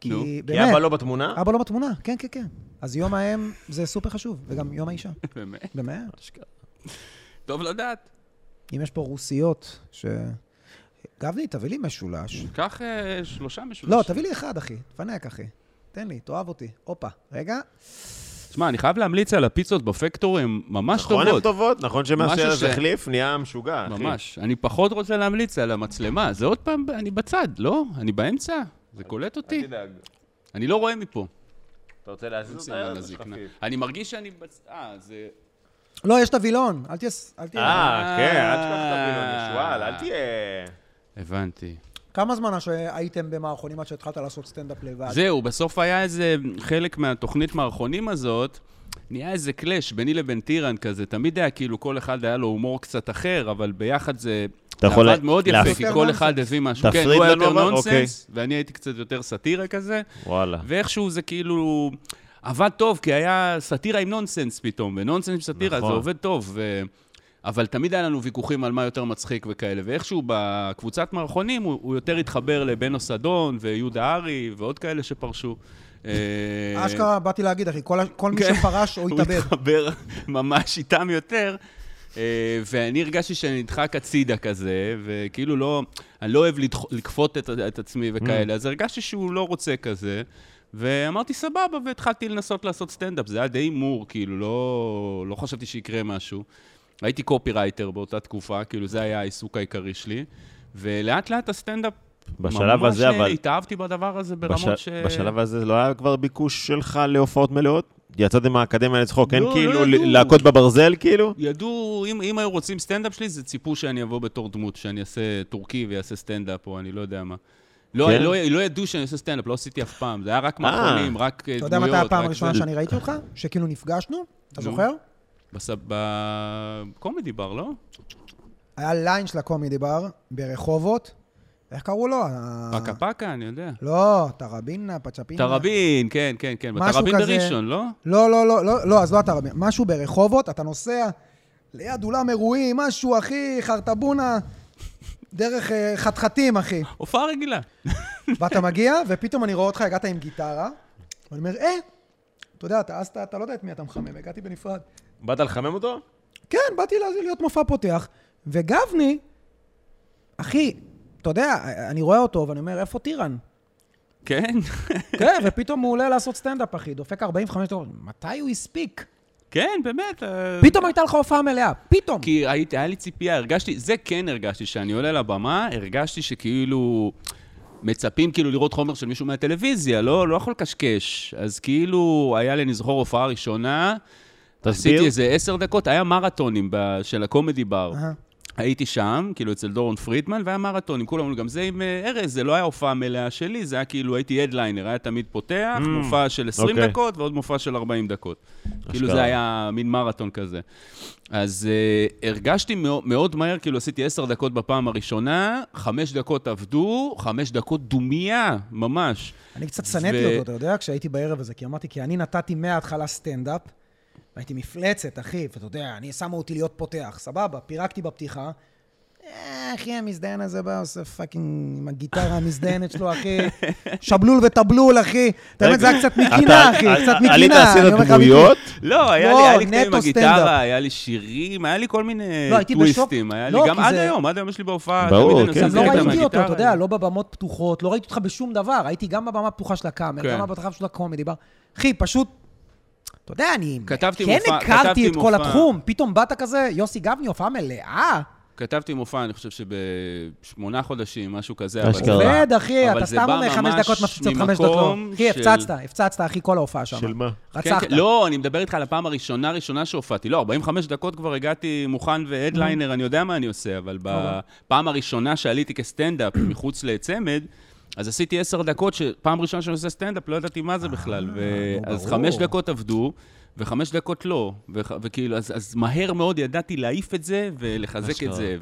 כי
כי אבא
באמת,
לא בתמונה?
אבא לא בתמונה, כן, כן, כן. אז יום האם זה סופר חשוב, וגם יום האישה.
באמת.
באמת.
טוב לדעת.
אם יש פה רוסיות, ש... גבני, תביא לי משולש.
קח אה, שלושה משולשים.
לא, תביא לי אחד, אחי. תפנק, אחי. תן לי, תאהב אותי. הופה. רגע.
שמע, אני חייב להמליץ על הפיצות בפקטור, הן ממש
נכון, הן
טובות.
טובות, נכון שמאז
משהו
שארז
ש-
החליף, נהיה משוגע, אחי.
ממש. אני פחות רוצה להמליץ על המצלמה. זה עוד פעם, אני בצד, לא? אני באמצע? זה קולט
אה.
אל
אותי?
תדאג.
אני לא רואה מפה.
אתה רוצה להזיז
סימן
אותה? לא,
לזקנה. אני מרגיש שאני בצ... אה, זה...
לא, יש את הווילון. אל תהיה... אל תהיה...
אה, כן, אל תשכח את הבילון, יש, וואלה, אל תהיה...
הבנתי.
כמה זמן שהייתם במערכונים עד שהתחלת לעשות סטנדאפ לבד?
זהו, בסוף היה איזה חלק מהתוכנית מערכונים הזאת, נהיה איזה קלאש ביני לבין טירן כזה. תמיד היה כאילו, כל אחד היה לו הומור קצת אחר, אבל ביחד זה...
אתה
זה
יכול
עבד מאוד יפה,
להפ-
כי
יותר
כל
נונסנס.
אחד הביא משהו. כן,
תפריד
הוא היה
לנו
יותר
אבל, אוקיי.
נונסנס, ואני הייתי קצת יותר סאטירה כזה.
וואלה.
ואיכשהו זה כאילו... עבד טוב, כי היה סאטירה עם נונסנס פתאום, ונונסנס עם סאטירה,
נכון.
זה עובד טוב. ו... אבל תמיד היה לנו ויכוחים על מה יותר מצחיק וכאלה, ואיכשהו בקבוצת מערכונים הוא, הוא יותר התחבר לבנו סדון ויהודה ארי ועוד כאלה שפרשו. אה,
אשכרה, באתי להגיד, אחי, כל ה- כל מי
כן.
שפרש, הוא
הוא
התאבד.
התחבר ממש איתם יותר. אה, ואני הרגשתי שאני נדחק הצידה כזה, וכאילו לא, אני לא אוהב לדח- לכפות את, את עצמי וכאלה, אז הרגשתי שהוא לא רוצה כזה, ואמרתי סבבה, והתחלתי לנסות לעשות סטנדאפ, זה היה די הימור, כאילו, לא, לא חשבתי שיקרה משהו. הייתי קופירייטר באותה תקופה, כאילו זה היה העיסוק העיקרי שלי, ולאט לאט הסטנדאפ,
בשלב
ממש אה,
הזה, אבל-
התאהבתי בדבר הזה ברמות
בש-
ש...
בשלב הזה לא היה כבר ביקוש שלך להופעות מלאות? יצאתם מהאקדמיה לצחוק, אין
לא, לא
כאילו
ידעו.
ל- להכות בברזל כאילו?
ידעו, אם, אם היו רוצים סטנדאפ שלי, זה ציפו שאני אבוא בתור דמות, שאני אעשה טורקי ויעשה סטנדאפ, או אני לא יודע מה. לא,
כן?
לא, לא ידעו שאני עושה סטנדאפ, לא עשיתי אף פעם, זה היה רק מערכונים, רק אה, דמויות.
אתה יודע מתי הפעם
רק
הראשונה
זה.
שאני ראיתי אותך? שכאילו נפגשנו, אתה
נו.
זוכר?
בס- בקומדי בר, לא?
היה ליין של הקומדי בר ברחובות. איך קראו לו? ה-
פקה פקה, אני יודע.
אה. לא, טרבינה, פצ'פינה.
תרבין, כן, כן, כן,
משהו
בתרבין
כזה.
בראשון, לא?
לא, לא, לא, לא, לא, אז לא הטרבינה. משהו ברחובות, אתה נוסע ליד אולם אירועים, משהו, אחי, חרטבונה, דרך אה, חתחתים, אחי.
הופעה רגילה.
ואתה מגיע, ופתאום אני רואה אותך, הגעת עם גיטרה, ואני אומר, אה, אתה יודע, אתה אז אתה אתה לא יודע את מי אתה מחמם, הגעתי בנפרד.
באת לחמם אותו?
כן, באתי לה- להיות מופע פותח, וגבני, אחי, אתה יודע, אני רואה אותו ואני אומר, איפה טירן?
כן?
כן, ופתאום הוא עולה לעשות סטנדאפ, אחי, דופק 45 דקות, מתי הוא הספיק?
כן, באמת. אה,
פתאום הייתה לך הופעה מלאה, פתאום.
כי הייתי, היה לי ציפייה, הרגשתי, זה כן הרגשתי, שאני עולה לבמה, הרגשתי שכאילו מצפים כאילו לראות חומר של מישהו מהטלוויזיה, לא, לא יכול לקשקש. אז כאילו, היה לי, אני זוכר, הופעה ראשונה,
תסביר.
עשיתי איזה עשר דקות, היה מרתונים ב, של הקומדי בר.
אהה.
הייתי שם, כאילו אצל דורון פרידמן, והיה מרתונים, כולם אמרו, גם זה עם אה, ארז, זה לא היה הופעה מלאה שלי, זה היה כאילו, הייתי הדליינר, היה תמיד פותח,
Mm.
מופע של 20
אוקיי.
דקות ועוד מופע של 40 דקות. כאילו
אשכרה.
זה היה מין מרתון כזה. אז uh, הרגשתי מאו- מאוד מהר, כאילו עשיתי עשר דקות בפעם הראשונה, חמש דקות עבדו, חמש דקות דומייה, ממש.
אני קצת
ו-
שנאתי אותו, אתה יודע, כשהייתי בערב הזה, כי אמרתי, כי אני נתתי מההתחלה סטנדאפ, והייתי מפלצת, אחי, ואתה יודע, אני שמו אותי להיות פותח, סבבה, פירקתי בפתיחה. "אה, אחי, המזדיין הזה בא, עושה פאקינג עם הגיטרה המזדיינת שלו, אחי. שבלול וטבלול, אחי. את האמת, זה היה קצת מקינה,
אתה-
אחי,
אה,
קצת
אה,
מקינה.
עלית
אני אומר
עשית
לך, מיקי.
דמויות?
לא, היה
לא,
לי, היה לי קטעים עם
נטו
הגיטרה,
סטנדאפ.
היה לי שירים, היה לי כל מיני
לא, הייתי בשוק.
טוויסטים, היה לי
לא,
גם
כי
עד
זה-
היום, עד היום יש לי בהופעה,
ברור,
תמיד אני
כן,
עושה
גם לא
זה
קטע עם
ראיתי אותו,
הגיטרה.
אתה יודע, לא בבמות פתוחות, לא ראיתי אותך בשום דבר. הייתי גם בבמה הפתוחה של הקאמר,
כן.
גם בבמה של הקומדי בר. אחי, פשוט, אתה יודע, אני
כתבתי
כן
מופע-
הכרתי
כתבתי
את כל
מופע.
התחום. פתאום באת כזה, יוסי גבני, הופעה מלאה.
כתבתי מופע, אני חושב שבשמונה חודשים, משהו כזה.
אשכרה.
אבל זה בא-
עובד, אחי,
אבל
אתה
זה
סתם
בא
אומר חמש
ממש
דקות מפציצות, חמש דקות לא.
ממקום
אחי,
של-
הפצצת, הפצצת, אחי, כל ההופעה שם.
של מה?
רצחת.
כן, כן, לא, אני מדבר איתך על הפעם הראשונה, ראשונה שהופעתי. לא, 45 דקות כבר הגעתי מוכן
Mm-hmm.
והדליינר, אני יודע מה אני עושה, אבל
לא
בפעם הראשונה שעליתי כסטנדאפ מחוץ לצמד, אז עשיתי עשר דקות, שפעם ראשונה שאני עושה סטנדאפ, לא ידעתי מה זה בכלל. ו-
נו,
אז
אה, ברור.
חמש דקות עבדו, וחמש דקות לא. וח- וכאילו, אז אז מהר מאוד ידעתי להעיף את זה ולחזק
אשכרה.
את זה.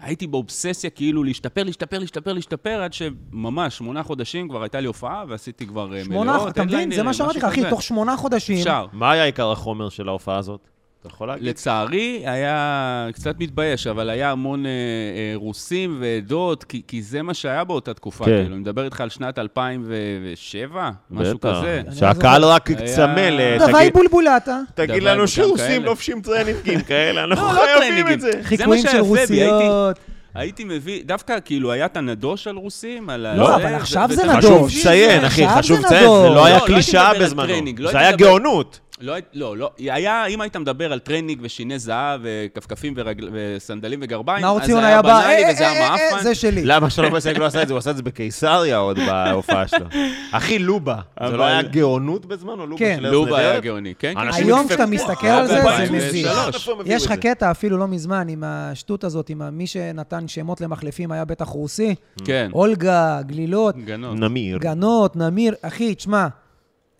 והייתי באובססיה כאילו להשתפר, להשתפר, להשתפר, להשתפר, עד שממש שמונה חודשים כבר הייתה לי הופעה, ועשיתי כבר אה, מלאות.
שמונה, אתה מבין? זה
הדליינרים,
מה שאמרתי לך,
משהו
אחי,
כזה.
תוך שמונה חודשים.
אפשר.
מה היה עיקר החומר של ההופעה הזאת? אתה יכול להגיד?
לצערי, היה קצת מתבייש, אבל היה המון אה, אה, רוסים ועדות, כי, כי זה מה שהיה באותה תקופה.
כן.
כן. כאילו, אני מדבר איתך על שנת 2007, משהו
בטח.
כזה.
שהקהל רק
היה-
צמא ל...
דווי
תגיד-
בולבולטה.
תגיד
דווי
לנו
גם
שרוסים
כאלה.
לובשים טרנינגים כאלה, אנחנו
לא
חייבים
טרנינגים.
את זה.
חיקויים
שהיה
של
יפה בי, הייתי-
רוסיות.
הייתי מביא, דווקא כאילו היה את הנדוש על רוסים, על ה...
לא,
זה,
אבל
זה-
עכשיו
ו-
זה
וחשוב
נדוש.
חשוב לציין, אחי,
עכשיו
חשוב
זה
לציין,
נדוש.
זה לא
לא,
היה
לא הייתי
קלישאה
מדבר על
בזמנו,
טרנינג, לא
זה
הייתי
היה
מדבר-
גאונות.
לא, היית- לא, לא, היה, אם היית מדבר על טרנינג ושיני זהב וכפכפים ורגל- וסנדלים וגרביים,
נאור
אז זה
ציון
היה
היה בא, אה,
בנאלי
אה,
וזה היה
אה, אה,
מעפן.
זה שלי.
למה שלום בן לא עשה את זה? הוא עשה את זה בקיסריה עוד בהופעה שלו. אחי, לובה. זה
אבל-
לא היה גאונות בזמנו? לובה
כן.
של ארץ
לובה היה
נהדרת?
גאוני, כן? כן.
אנשים
היום
נדפקו.
כשאתה מסתכל על זה, זה
אלפיים
מזיק.
ושלוש.
יש לך קטע אפילו לא מזמן עם השטות הזאת, עם ה- מי שנתן שמות למחלפים היה בטח רוסי.
כן,
אולגה, גלילות,
גנון.
נמיר.
גנות, נמיר. אחי, תשמע,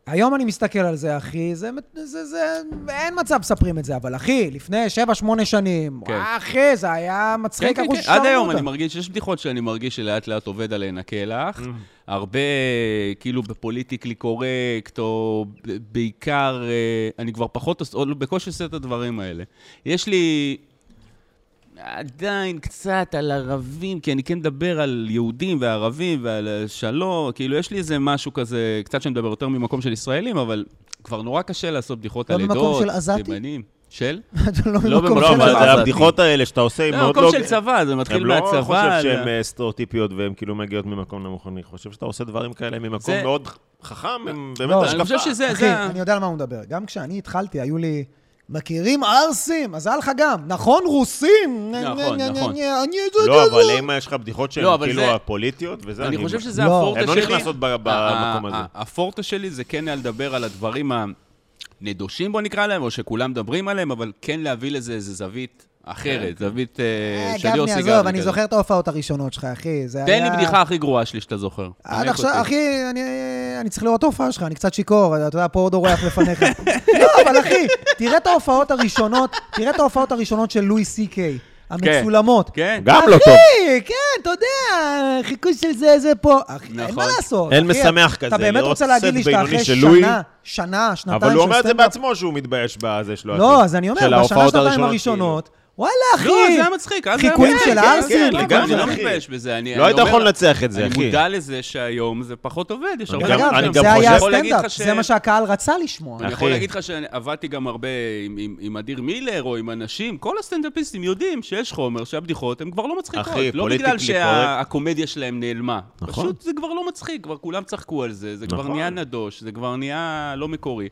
היום אני מסתכל על זה, אחי, זה, זה, זה, אין מצב מספרים את זה, אבל אחי, לפני 7-8 שנים,
כן.
וואי, אחי, זה היה מצחיק,
כן,
אחוז
כן, כן.
ששמענו
עד היום
אותה.
אני מרגיש, יש בדיחות שאני מרגיש שלאט לאט עובד עליהן
Mm.
הקלח. הרבה, כאילו, בפוליטיקלי קורקט, או ב- בעיקר, אה, אני כבר פחות, עוש- עוד בקושי עושה את הדברים האלה. יש לי עדיין קצת על ערבים, כי אני כן מדבר על יהודים וערבים ועל אה, שלום, כאילו, יש לי איזה משהו כזה, קצת שמדבר יותר ממקום של ישראלים, אבל כבר נורא קשה לעשות בדיחות
לא
על עדות.
ממקום של עזתי?
ימנים. של?
לא במקום
לא,
של...
אבל
אבל-
זה
עזתי.
הבדיחות האלה שאתה עושה, הן
לא,
מאוד
מקום
לא...
של צבא, זה מתחיל
הם לא
מהצבא.
חושב
ל-
שהן אה, סטריאוטיפיות והן כאילו מגיעות ממקום נמוך. אני חושב שאתה עושה דברים כאלה ממקום
זה-
מאוד חכם, הם באמת
לא,
השקפה.
אני חושב שזה... זה
אחי,
ה-
אני יודע על מה הוא מדבר. גם כשאני התחלתי, היו לי... מכירים ערסים, אז היה לך גם. נכון, רוסים?
נכון,
אני-
נכון.
אני- אני-
לא, אבל אם יש לך בדיחות
לא,
שהן
אבל
כאילו
זה-
הפוליטיות, וזה...
אני חושב שזה
לא.
הפורטה
הן
שלי.
לא נכנסות ב- במקום הזה.
ה- ה- הפורטה שלי זה כן לדבר על הדברים הנדושים, בוא נקרא להם, או שכולם מדברים עליהם, אבל כן להביא לזה איזה זווית אחרת, זווית אה,
אה,
של יוסי
גפני,
גבני.
עזוב, אני
כזה.
זוכר את ההופעות הראשונות שלך, אחי. זה
תן לי
היה-
בדיחה הכי גרועה שלי שאתה זוכר.
עד
תניח
עכשיו,
אותי.
אחי, אני, אני צריך לראות את ההופעה שלך, אני קצת שיכור, אתה יודע, פה עוד אורח לפניך. לא, אבל אחי, תראה את ההופעות הראשונות, תראה את ההופעות הראשונות של לואי סי קיי, המצולמות.
כן.
גם
אה,
לא טוב.
אחי, כן, אתה יודע, חיכוי של זה, זה פה. אחי, אין
נכון.
מה לעשות.
אין
אחי,
משמח כזה,
אתה באמת
לראות
רוצה להגיד
סט
לי שאתה
בינוני
אחרי
של לואי?
שנה, שנה, שנתיים של סטנדאפ?
אבל הוא אומר את זה בעצמו שהוא מתבייש בזה שלו.
לא,
אחי.
אז אני
של
אומר, בשנה,
ההופעות
שנתיים
כאילו.
הראשונות, וואלה, אחי.
לא, זה היה מצחיק. אז זה היה
חיקויים
מצחיק,
של
כן,
הערסים.
כן,
לגמרי,
לגמרי, אני לא
אחי.
מתבייש בזה. אני-
לא
אני
היית
אומר-
יכול לנצח את זה,
אני
אחי.
מודע לזה שהיום זה פחות עובד, יש הרבה...
גם-
אגב,
אני
אנשים-
גם
זה
חושב- אה.
היה
יכול להגיד
הסטנדאפ,
לך ש-
זה מה שהקהל רצה לשמוע.
אני יכול
אחי.
להגיד לך שעבדתי גם הרבה עם, עם, עם אדיר מילר או עם אנשים, כל הסטנדאפיסטים יודעים שיש חומר שהבדיחות הן כבר לא מצחיקות.
אחי,
לא
פוליטיקלי
בגלל
קורקט.
שהקומדיה שלהם נעלמה.
נכון.
פשוט זה כבר לא מצחיק, כבר כולם צחקו על זה, זה כבר
נכון.
נהיה נדוש, זה כבר נהיה לא מקורי.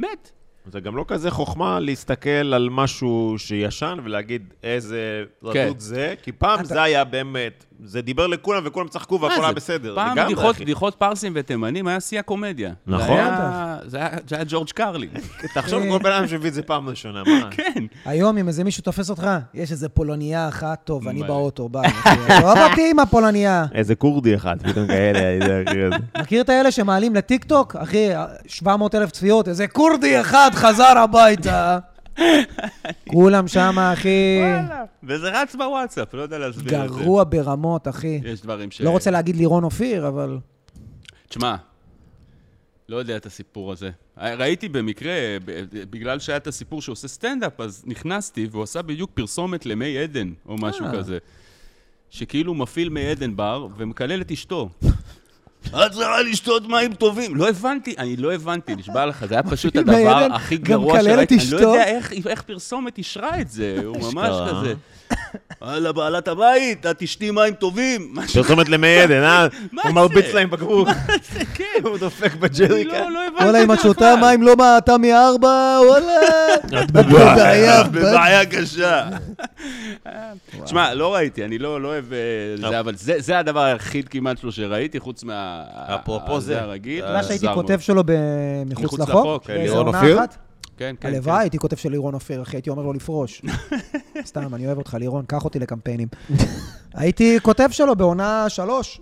מת.
זה גם לא כזה חוכמה להסתכל על משהו שישן ולהגיד איזה
כן.
רדוד זה, כי פעם זה היה באמת, זה דיבר לכולם וכולם צחקו
מה
והכל
זה?
היה בסדר.
פעם
לגמרי,
בדיחות,
אחי.
בדיחות פרסים ותימנים היה שיא הקומדיה. זה
נכון.
היה- זה היה- זה היה ג'ורג' קרלין.
תחשוב כל בן אדם שהביא את זה פעם ראשונה, מה?
כן.
היום, אם איזה מישהו תופס אותך, יש איזה פולניה אחת, טוב, אני
מה?
באוטו, ביי. לא באתי עם הפולניה.
איזה כורדי אחד, פתאום כאלה, איזה אחי הזה.
מכיר את האלה שמעלים לטיקטוק? אחי, 700 אלף צפיות, איזה כורדי אחד חזר הביתה. כולם שם, אחי,
וזה רץ בוואטסאפ, לא יודע להסביר את זה.
גרוע ברמות, אחי.
יש דברים ש...
לא רוצה להגיד לירון אופיר, אבל...
תשמע, לא יודע את הסיפור הזה. ראיתי במקרה, ב- בגלל שהיה את הסיפור שעושה סטנדאפ, אז נכנסתי, והוא עשה בדיוק פרסומת למי עדן, או משהו
אה.
כזה. שכאילו מפעיל מי עדן בר, ומקלל את אשתו. את צריכה לשתות מים טובים. לא הבנתי, אני לא הבנתי, נשבע לך, זה היה פשוט
מפעיל מי
הדבר
עדן,
הכי
גם
גרוע
מקלל את
שראיתי. אני לא
אשתו?
יודע איך- איך פרסומת אישרה את זה, הוא ממש
אשכרה.
כזה. וואלה, בעלת הבית, את תשתי מים טובים. משהו
פרסומת למי עדן, אה?
מה
הוא
זה?
מרביץ להם בקבוק,
כזה, כן.
הוא דופק
אני
בג'ריקה.
לא, לא הבנתי את זה.
כן. וואלה, אם את שותה
בכלל.
מים לא מעטה מארבע, וואלה.
את
בבעיה,
בבעיה קשה. תשמע, לא ראיתי, אני לא לא אוהב אה, זה, אבל זה זה הדבר היחיד כמעט שלו שראיתי, חוץ מה...
אפרופו זה. אה,
הרגיל.
אתה יודע שהייתי
זמות.
כותב שלו ב- מחוץ
מחוץ
לחוק?
לחוק, כן,
באיזה
לירון
עונה
אופיר?
אחת?
כן, כן.
הלוואי, הייתי כותב של לירון אופיר, אחי, הייתי אומר לו לפרוש. סתם, אני אוהב אותך, לירון, קח אותי לקמפיינים. הייתי כותב שלו בעונה שלוש.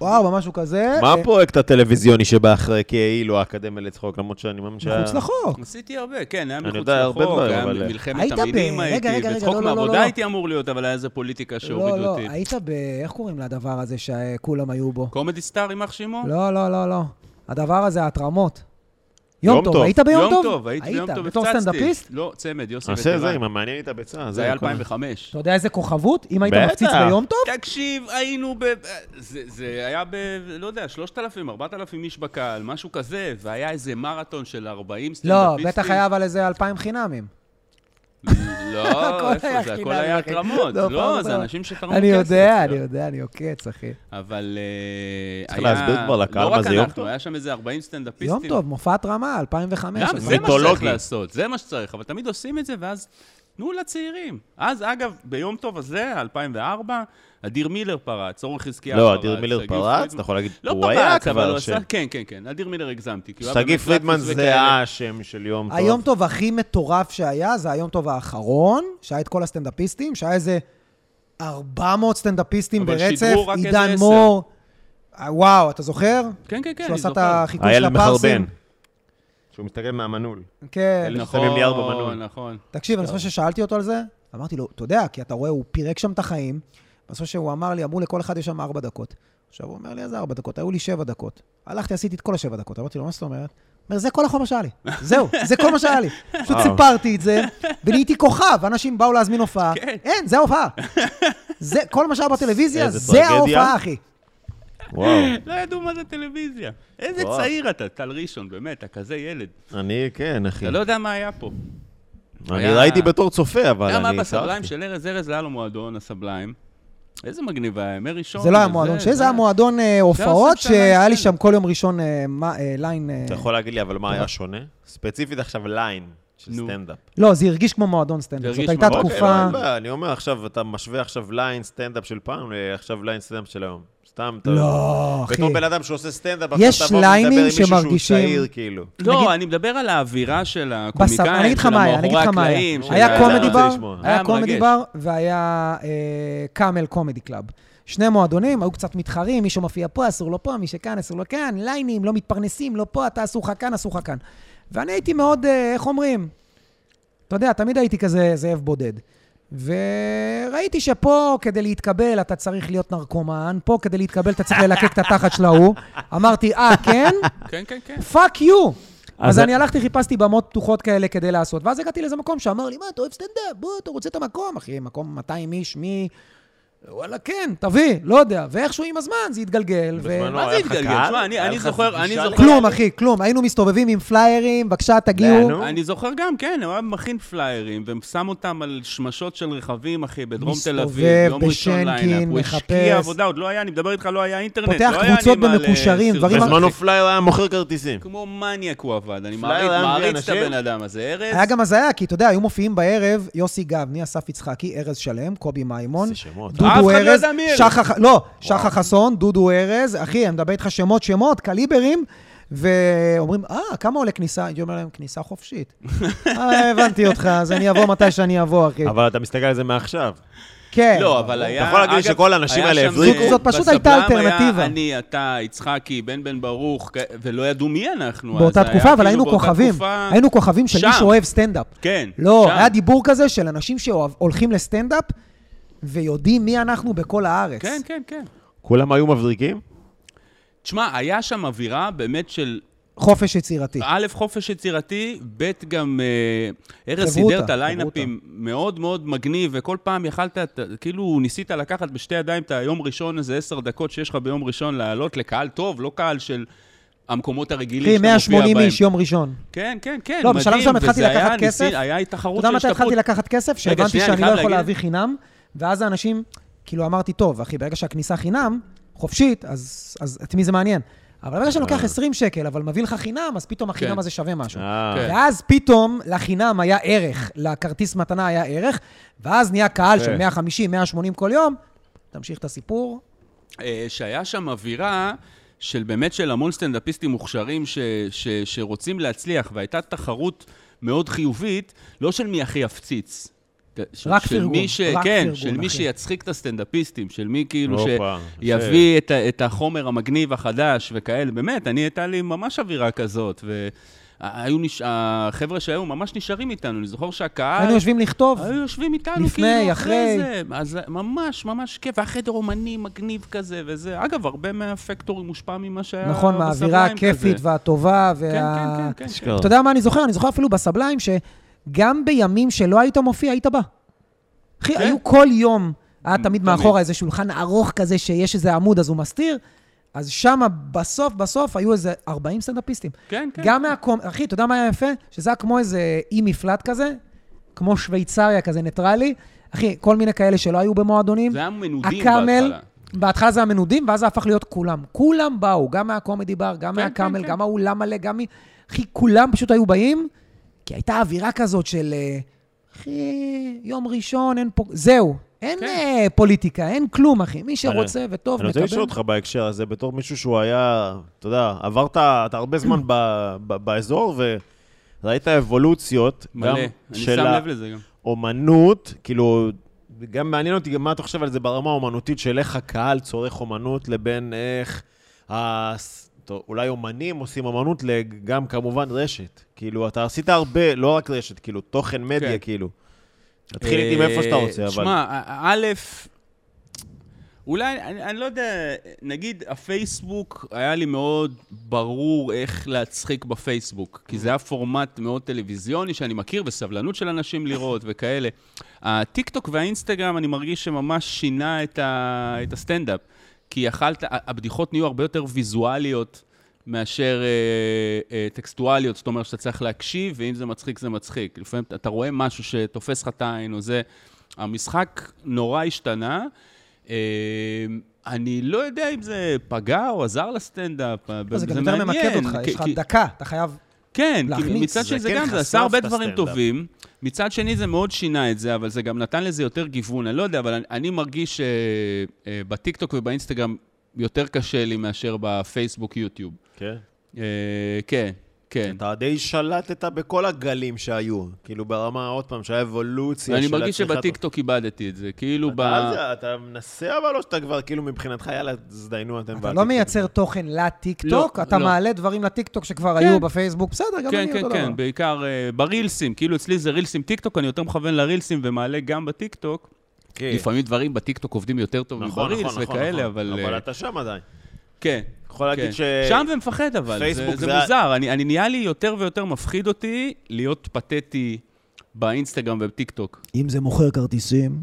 וואו, משהו כזה.
מה
אה,
הפרויקט הטלוויזיוני שבא אחרי כאילו האקדמיה לצחוק, למרות שאני מאמין שהיה...
אה, מחוץ לחוק.
כן. עשיתי הרבה, כן, היה מחוץ
יודע הרבה
לחוק,
דברים,
היה
אבל-
מלחמת
היית ב-
המינים
רגע,
הייתי,
רגע, רגע, לא,
בצחוק
לא, לא,
מעבודה
לא.
הייתי אמור להיות, אבל היה איזה פוליטיקה
לא,
שהורידו
לא,
אותי.
היית ב... איך קוראים לדבר הזה שכולם היו בו?
קומדי סטאר, יימח שמו?
לא, לא, לא, לא. הדבר הזה, ההתרמות. יום
יום
טוב,
טוב.
היית ביום טוב?
הייתי ביום טוב,
בתור
הפצצתי.
סטנדאפיסט?
לא, צמד, יוסי
עושה זה,
וטרן.
עם המעניין לי את הביצה.
זה היה
הכל.
2005.
אתה יודע איזה כוכבות? אם היית
בטח.
מפציץ ביום טוב?
תקשיב, היינו ב... אה, זה, זה היה ב... לא יודע, 3,000, 4,000 איש בקהל, משהו כזה, והיה איזה מרתון של 40
לא,
סטנדאפיסטים.
בטח היה אבל איזה אלפיים חינמים.
לא,
הכל היה
איפה זה? הכל
חינם,
היה
אחי.
התרמות.
לא, פעם
לא, זה
ראשונה.
אנשים שתרמו כסף.
אני יודע, אני יודע, אני עוקץ, אחי.
אבל אה,
צריך
היה-
להסביר כבר לקהל מה זה
לא
יום
רק אנחנו,
טוב?
היה שם איזה 40 סטנדאפיסטים.
יום טוב, מופעת רמה, 2005. אז
גם, זה מה שצריך
מיתולוגי.
לעשות, זה מה שצריך, אבל תמיד עושים את זה, ואז תנו לצעירים. אז, אגב, ביום טוב הזה, 2004, אדיר מילר פרץ, אורן חזקיהו פרץ.
לא, אדיר מילר
שגיא
פרץ,
פרידמן.
אתה יכול להגיד,
לא
הוא היה
פרץ, אבל הוא
כבר ש...
עשה... כן, כן, כן, אדיר מילר הגזמתי. כי הוא היה
שגיא
באמת
פרידמן
פלטפוס
זה
וכאלה.
השם של יום טוב.
היום טוב הכי מטורף שהיה, זה היום טוב האחרון, שהיה את כל הסטנדאפיסטים, שהיה איזה 400 סטנדאפיסטים
אבל
ברצף,
שידרו רק איזה
עידן
עשר.
מור. אה, וואו, אתה זוכר?
כן, כן, כן,
שהוא
אני
עשה את
זוכר.
החיקוי של
היה
הפרסים.
למחרבן. שהוא מסתכל מהמנעול.
כן.
אלה
נכון,
ששמים ליארד במנעול.
נכון.
תקשיב, אני זוכר ששאלתי אותו על זה, אמרתי לו, אתה יודע, כי אתה רואה, הוא פירק שם את החיים. בסוף שהוא אמר לי, אמרו לכל אחד יש שם ארבע דקות. עכשיו הוא אומר לי, איזה ארבע דקות? היו לי שבע דקות. הלכתי, עשיתי את כל השבע דקות. אמרתי לו, מה זאת אומרת? הוא אומר, זה כל החומר שהיה לי. זהו, זה כל מה שהיה לי. פשוט
וואו.
סיפרתי את זה, ונהייתי כוכב, אנשים באו להזמין הופעה. אין, זה ההופעה. זה, כל מה שהיה בטלוויזיה,
איזה
זה
טרגדיה.
ההופעה, אחי.
וואו,
לא ידעו מה זה טלוויזיה. איזה
וואו.
צעיר אתה, טל ראשון, באמת, אתה כזה ילד.
אני כן, אחי.
אתה לא יודע מה היה פה.
אני
היה-
ראיתי בתור צופה, אבל
אתה
אני...
יודע מה בסבליים
התאהבתי.
של ארז ארז, היה לו מועדון, הסבליים. איזה מגניב היה, ימי ראשון.
זה לא היה
וזה,
מועדון שלי,
זה
זה היה מועדון אה, הופעות,
עושה את הליין
שהיה לי
שלי.
שם כל יום ראשון אה, מה- אה, ליין... אה,
אתה יכול להגיד לי, אבל מה היה שונה? ספציפית עכשיו ליין של
נו.
סטנדאפ.
לא, זה הרגיש כמו מועדון סטנדאפ.
זה
זאת
הרגיש
הייתה
מאוד,
אוקיי,
תקופה...
לא, אין בעיה, אני אומר עכשיו, אתה משווה עכשיו ליין סטנדאפ של פעם לעכשיו ליין סטנדאפ של היום. סתם, אתה...
לא, אחי.
בתור בן אדם שעושה סטנדאפ,
יש
עכשיו תבוא ותדבר עם
ליינים
מישהו שהוא
שמרגישים-
צעיר, כאילו.
נגיד-
לא, אני מדבר על האווירה של
בס- אני
הקומיקאים,
אגיד לך
של
מה היה, אני אגיד
המאחורי
לך מה היה.
הקלעים. של
היה
ה-
ה-
קומדי
אני
בר,
רוצה לשמוע.
היה
היה
קומדי
מרגש.
בר והיה אה, קאמל קומדי קלאב. שני מועדונים, היו קצת מתחרים, מי שמופיע פה, אסור לו פה, מי שכאן, אסור לו כאן, ליינים, לא מתפרנסים, לא פה, אתה אסור לך כאן, אסור לך כאן. ואני הייתי מאוד, אה, איך אומרים? אתה יודע, תמיד הייתי כזה זאב בודד. וראיתי שפה כדי להתקבל אתה צריך להיות נרקומן, פה כדי להתקבל אתה צריך ללקק את התחת של ההוא. אמרתי, אה, כן?
כן, כן, כן.
פאק יו! אז
אז-
אני הלכתי, חיפשתי במות פתוחות כאלה כדי לעשות, ואז הגעתי לאיזה מקום שאמר לי, מה, אתה אוהב סטנדאפ? בוא, אתה רוצה את המקום, אחי, מקום 200 איש, מי... וואלה, כן, תביא, לא יודע. ואיכשהו עם הזמן זה התגלגל, ו...
בזמנו
מה זה
היה לך
התגלגל?
קהל?
תשמע, אני-
היה
אני
לך
זוכר- אני
גישה
זוכר-
לקהל?
כלום, אחי, כלום. היינו מסתובבים עם פליירים, בבקשה, תגיעו.
נו.
אני זוכר גם, כן, הוא היה מכין פליירים, ושם אותם על שמשות של רכבים, אחי, בדרום תל אביב,
מסתובב
יום ראשון
בשינקין,
ליינאפ. הוא השקיע
מחפש.
עבודה, עוד לא היה, אני מדבר איתך, לא היה אינטרנט.
פותח
לא היה
קבוצות
אני מעלה
במקושרים, דברים-
סרטונים.
בזמנו פלייר היה מוכר כרטיסים.
כמו מניאק הוא עבד, אני
פלייר
מעריץ
היה מביא
מעריץ את
אנשים?
הבן אדם הזה, ארז.
היה גם הזיה, כי אתה יודע, היו מופיעים בערב יוסי גבני, אסף יצחקי, ארז שלם, קובי מימון,
איזה שמות.
אף אחד
דודו
לא
ארז,
יודע מי אלה.
שחר, ח- לא, שחר חסון, דודו ארז, אחי, אני מדבר איתך שמות, שמות, קליברים, ואומרים, אה, כמה עולה כניסה? הייתי אומר להם, כניסה חופשית. אה, הבנתי אותך, אז אני אבוא מתי שאני אבוא, אחי.
אבל אתה מסתכל על זה מעכשיו.
כן.
לא, אבל היה...
יכול להגיד
אגב,
שכל האנשים
היה
האלה
שם-
הבריאו?
זאת- זאת פשוט הייתה
בסבלם
אלטרנטיבה.
היה אני, אתה, יצחקי, בן בן ברוך, כ- ולא ידעו מי אנחנו. אז
באותה
היה
תקופה, אבל
כאילו
היינו
באותה
כוכבים.
תקופה-
היינו כוכבים של מי
שם.
שאוהב סטנדאפ.
כן,
לא,
שם.
היה דיבור כזה של אנשים שהולכים לסטנדאפ ויודעים מי אנחנו בכל הארץ.
כן, כן, כן.
כולם היו מבריקים?
תשמע, היה שם אווירה באמת של
חופש יצירתי.
א', חופש יצירתי, ב', גם אה, ארז
חברותא,
סידר את הליינאפים מאוד מאוד מגניב, וכל פעם יכלת, אתה- כאילו ניסית לקחת בשתי ידיים את היום ראשון, איזה עשר דקות שיש לך ביום ראשון, לעלות לקהל טוב, לא קהל של המקומות הרגילים
אחי,
שאתה מופיע בהם.
180 איש יום ראשון.
כן, כן, כן,
לא,
מדהים,
בשלב מסוים התחלתי
וזה היה
לקחת
ניסי-
כסף.
היה
אתה
תחרות
יודע מתי
של השתפרות.
התחלתי לקחת כסף? שהבנתי
שנייה, אני
שאני לא
חייב
יכול
להגיד-
להביא חינם, ואז האנשים, כאילו אמרתי, טוב, אחי, ברגע שהכניסה חינם, חופשית, אז אז את מי זה מעניין? אבל ברגע שאני לוקח 20 שקל, אבל מביא לך חינם, אז פתאום החינם
אה. כן.
הזה שווה משהו.
אה.
כן.
ואז פתאום לחינם היה ערך, לכרטיס מתנה היה ערך, ואז נהיה קהל של
כן.
150, 180 כל יום. תמשיך את הסיפור.
אה, שהיה שם אווירה של באמת של המון סטנדאפיסטים מוכשרים ש, ש, שרוצים להצליח, והייתה תחרות מאוד חיובית, לא של מי הכי יפציץ. של-
רק
של
פרגון,
מי ש...
רק
כן,
פרגון,
של מי
אחי.
שיצחיק את הסטנדאפיסטים, של מי כאילו
הופה,
שיביא את, ה- את החומר המגניב החדש וכאלה. באמת, אני, הייתה לי ממש אווירה כזאת, והיו נש... החבר'ה שהיו ממש נשארים איתנו, אני זוכר שהקהל...
היינו יושבים לכתוב.
היו יושבים איתנו,
לפני,
כאילו,
אחרי.
אחרי זה. אז ממש, ממש כיף. היה חדר אומני מגניב כזה וזה. אגב, הרבה מהפקטורים מושפע ממה שהיה
נכון, מהאווירה
בסבליים
הכיפית
אה, כזה.
והטובה.
כן,
וה-
כן, כן, כן.
אשכרה.
אתה יודע מה אני זוכר? אני זוכר אפילו בסבליים, שגם בימים שלא היית מופיע, היית בא. אחי,
כן.
היו כל יום, היה תמיד
תמיד.
מאחורה איזה שולחן ארוך כזה, שיש איזה עמוד, אז הוא מסתיר. אז שם, בסוף, בסוף, היו איזה 40 סטנדאפיסטים.
כן, כן.
גם מהקום... אחי, אתה יודע מה היה יפה? שזה היה כמו איזה אי מפלט כזה, כמו שוויצריה כזה ניטרלי. אחי, כל מיני כאלה שלא היו במועדונים.
זה היה מנודים
הקאמל,
בהתחלה.
בהתחלה זה המנודים, ואז זה הפך להיות כולם. כולם באו, גם מהקומדי בר, גם
כן,
מהקאמל,
כן,
גם האולם מלא, גם מ... אחי, כולם פשוט היו באים, כי הייתה אווירה כזאת של, אה, אחי, יום ראשון, אין פה... זהו. אין
כן.
אה, פוליטיקה, אין כלום, אחי. מי שרוצה וטוב,
אני רוצה לשאול
מקבל.
אותך בהקשר הזה, בתור מישהו שהוא היה, אתה יודע, עברת, אתה הרבה זמן ב- ב- באזור, וראית אבולוציות,
מלא.
גם
אני
של
שם לב לזה גם.
האומנות, כאילו, גם מעניין אותי גם מה אתה חושב על זה ברמה האומנותית, של איך הקהל צורך אומנות, לבין איך הס- טוב, אולי אומנים עושים אמנות לגם כמובן רשת. כאילו, אתה עשית הרבה, לא רק רשת, כאילו, תוכן מדיה,
כן.
כאילו. תתחיל איתי מאיפה שאתה רוצה,
אה,
אבל...
שמע, א- א', אולי, אני, אני לא יודע, נגיד הפייסבוק, היה לי מאוד ברור איך להצחיק בפייסבוק, כי
Mm.
זה היה פורמט מאוד טלוויזיוני שאני מכיר, וסבלנות של אנשים לראות וכאלה. הטיקטוק והאינסטגרם, אני מרגיש שממש שינה את, ה, את הסטנדאפ, כי יכלת, ה- הבדיחות נהיו הרבה יותר ויזואליות. מאשר אה, אה, טקסטואליות, זאת אומרת שאתה צריך להקשיב, ואם זה מצחיק, זה מצחיק. לפעמים אתה- אתה רואה משהו שתופס לך את העין או זה. המשחק נורא השתנה. אה, אני לא יודע אם זה פגע או עזר לסטנדאפ, אה,
לא, זה גם יותר
מעניין,
ממקד אותך,
כי-
יש לך
כי-
דקה, אתה חייב...
כן,
להכניס.
כי מצד שני
זה
זה
כן
גם, זה
חשף
עשה הרבה
את
דברים
הסטנדאפ.
טובים. מצד שני זה מאוד שינה את זה, אבל זה גם נתן לזה יותר גיוון. אני לא יודע, אבל אני, אני מרגיש שבטיקטוק ובאינסטגרם יותר קשה לי מאשר בפייסבוק, יוטיוב.
כן.
אה, כן, כן.
אתה די שלטת בכל הגלים שהיו, כאילו ברמה, עוד פעם, שהיה אבולוציה
אני
של
מרגיש
הצריכת-
שבטיקטוק איבדתי את זה, כאילו ב...
אתה על זה, אתה מנסה אבל או שאתה כבר, כאילו, מבחינתך, יאללה, זדיינו
אתה
אתם
לא
והטיקטוק.
מייצר תוכן לטיקטוק,
לא,
אתה
לא.
מעלה דברים לטיקטוק שכבר
כן.
היו בפייסבוק, בסדר, גם
כן,
אני
כן,
אותו
כן,
דבר.
בעיקר אה, ברילסים, כאילו אצלי זה רילסים טיקטוק, אני יותר מכוון לרילסים ומעלה גם בטיקטוק.
כן.
לפעמים דברים בטיקטוק עובדים יותר טוב
נכון,
מברילס
נכון, נכון,
וכאלה,
נכון.
אבל...
אבל
אה,
אתה שם עדיין.
כן.
יכול להגיד
כן.
ש-
שם זה מפחד אבל,
פייסבוק
זה, זה
זה ה-
מוזר. אני, אני נהיה לי יותר ויותר מפחיד אותי להיות פתטי באינסטגרם ובטיקטוק.
אם זה מוכר כרטיסים...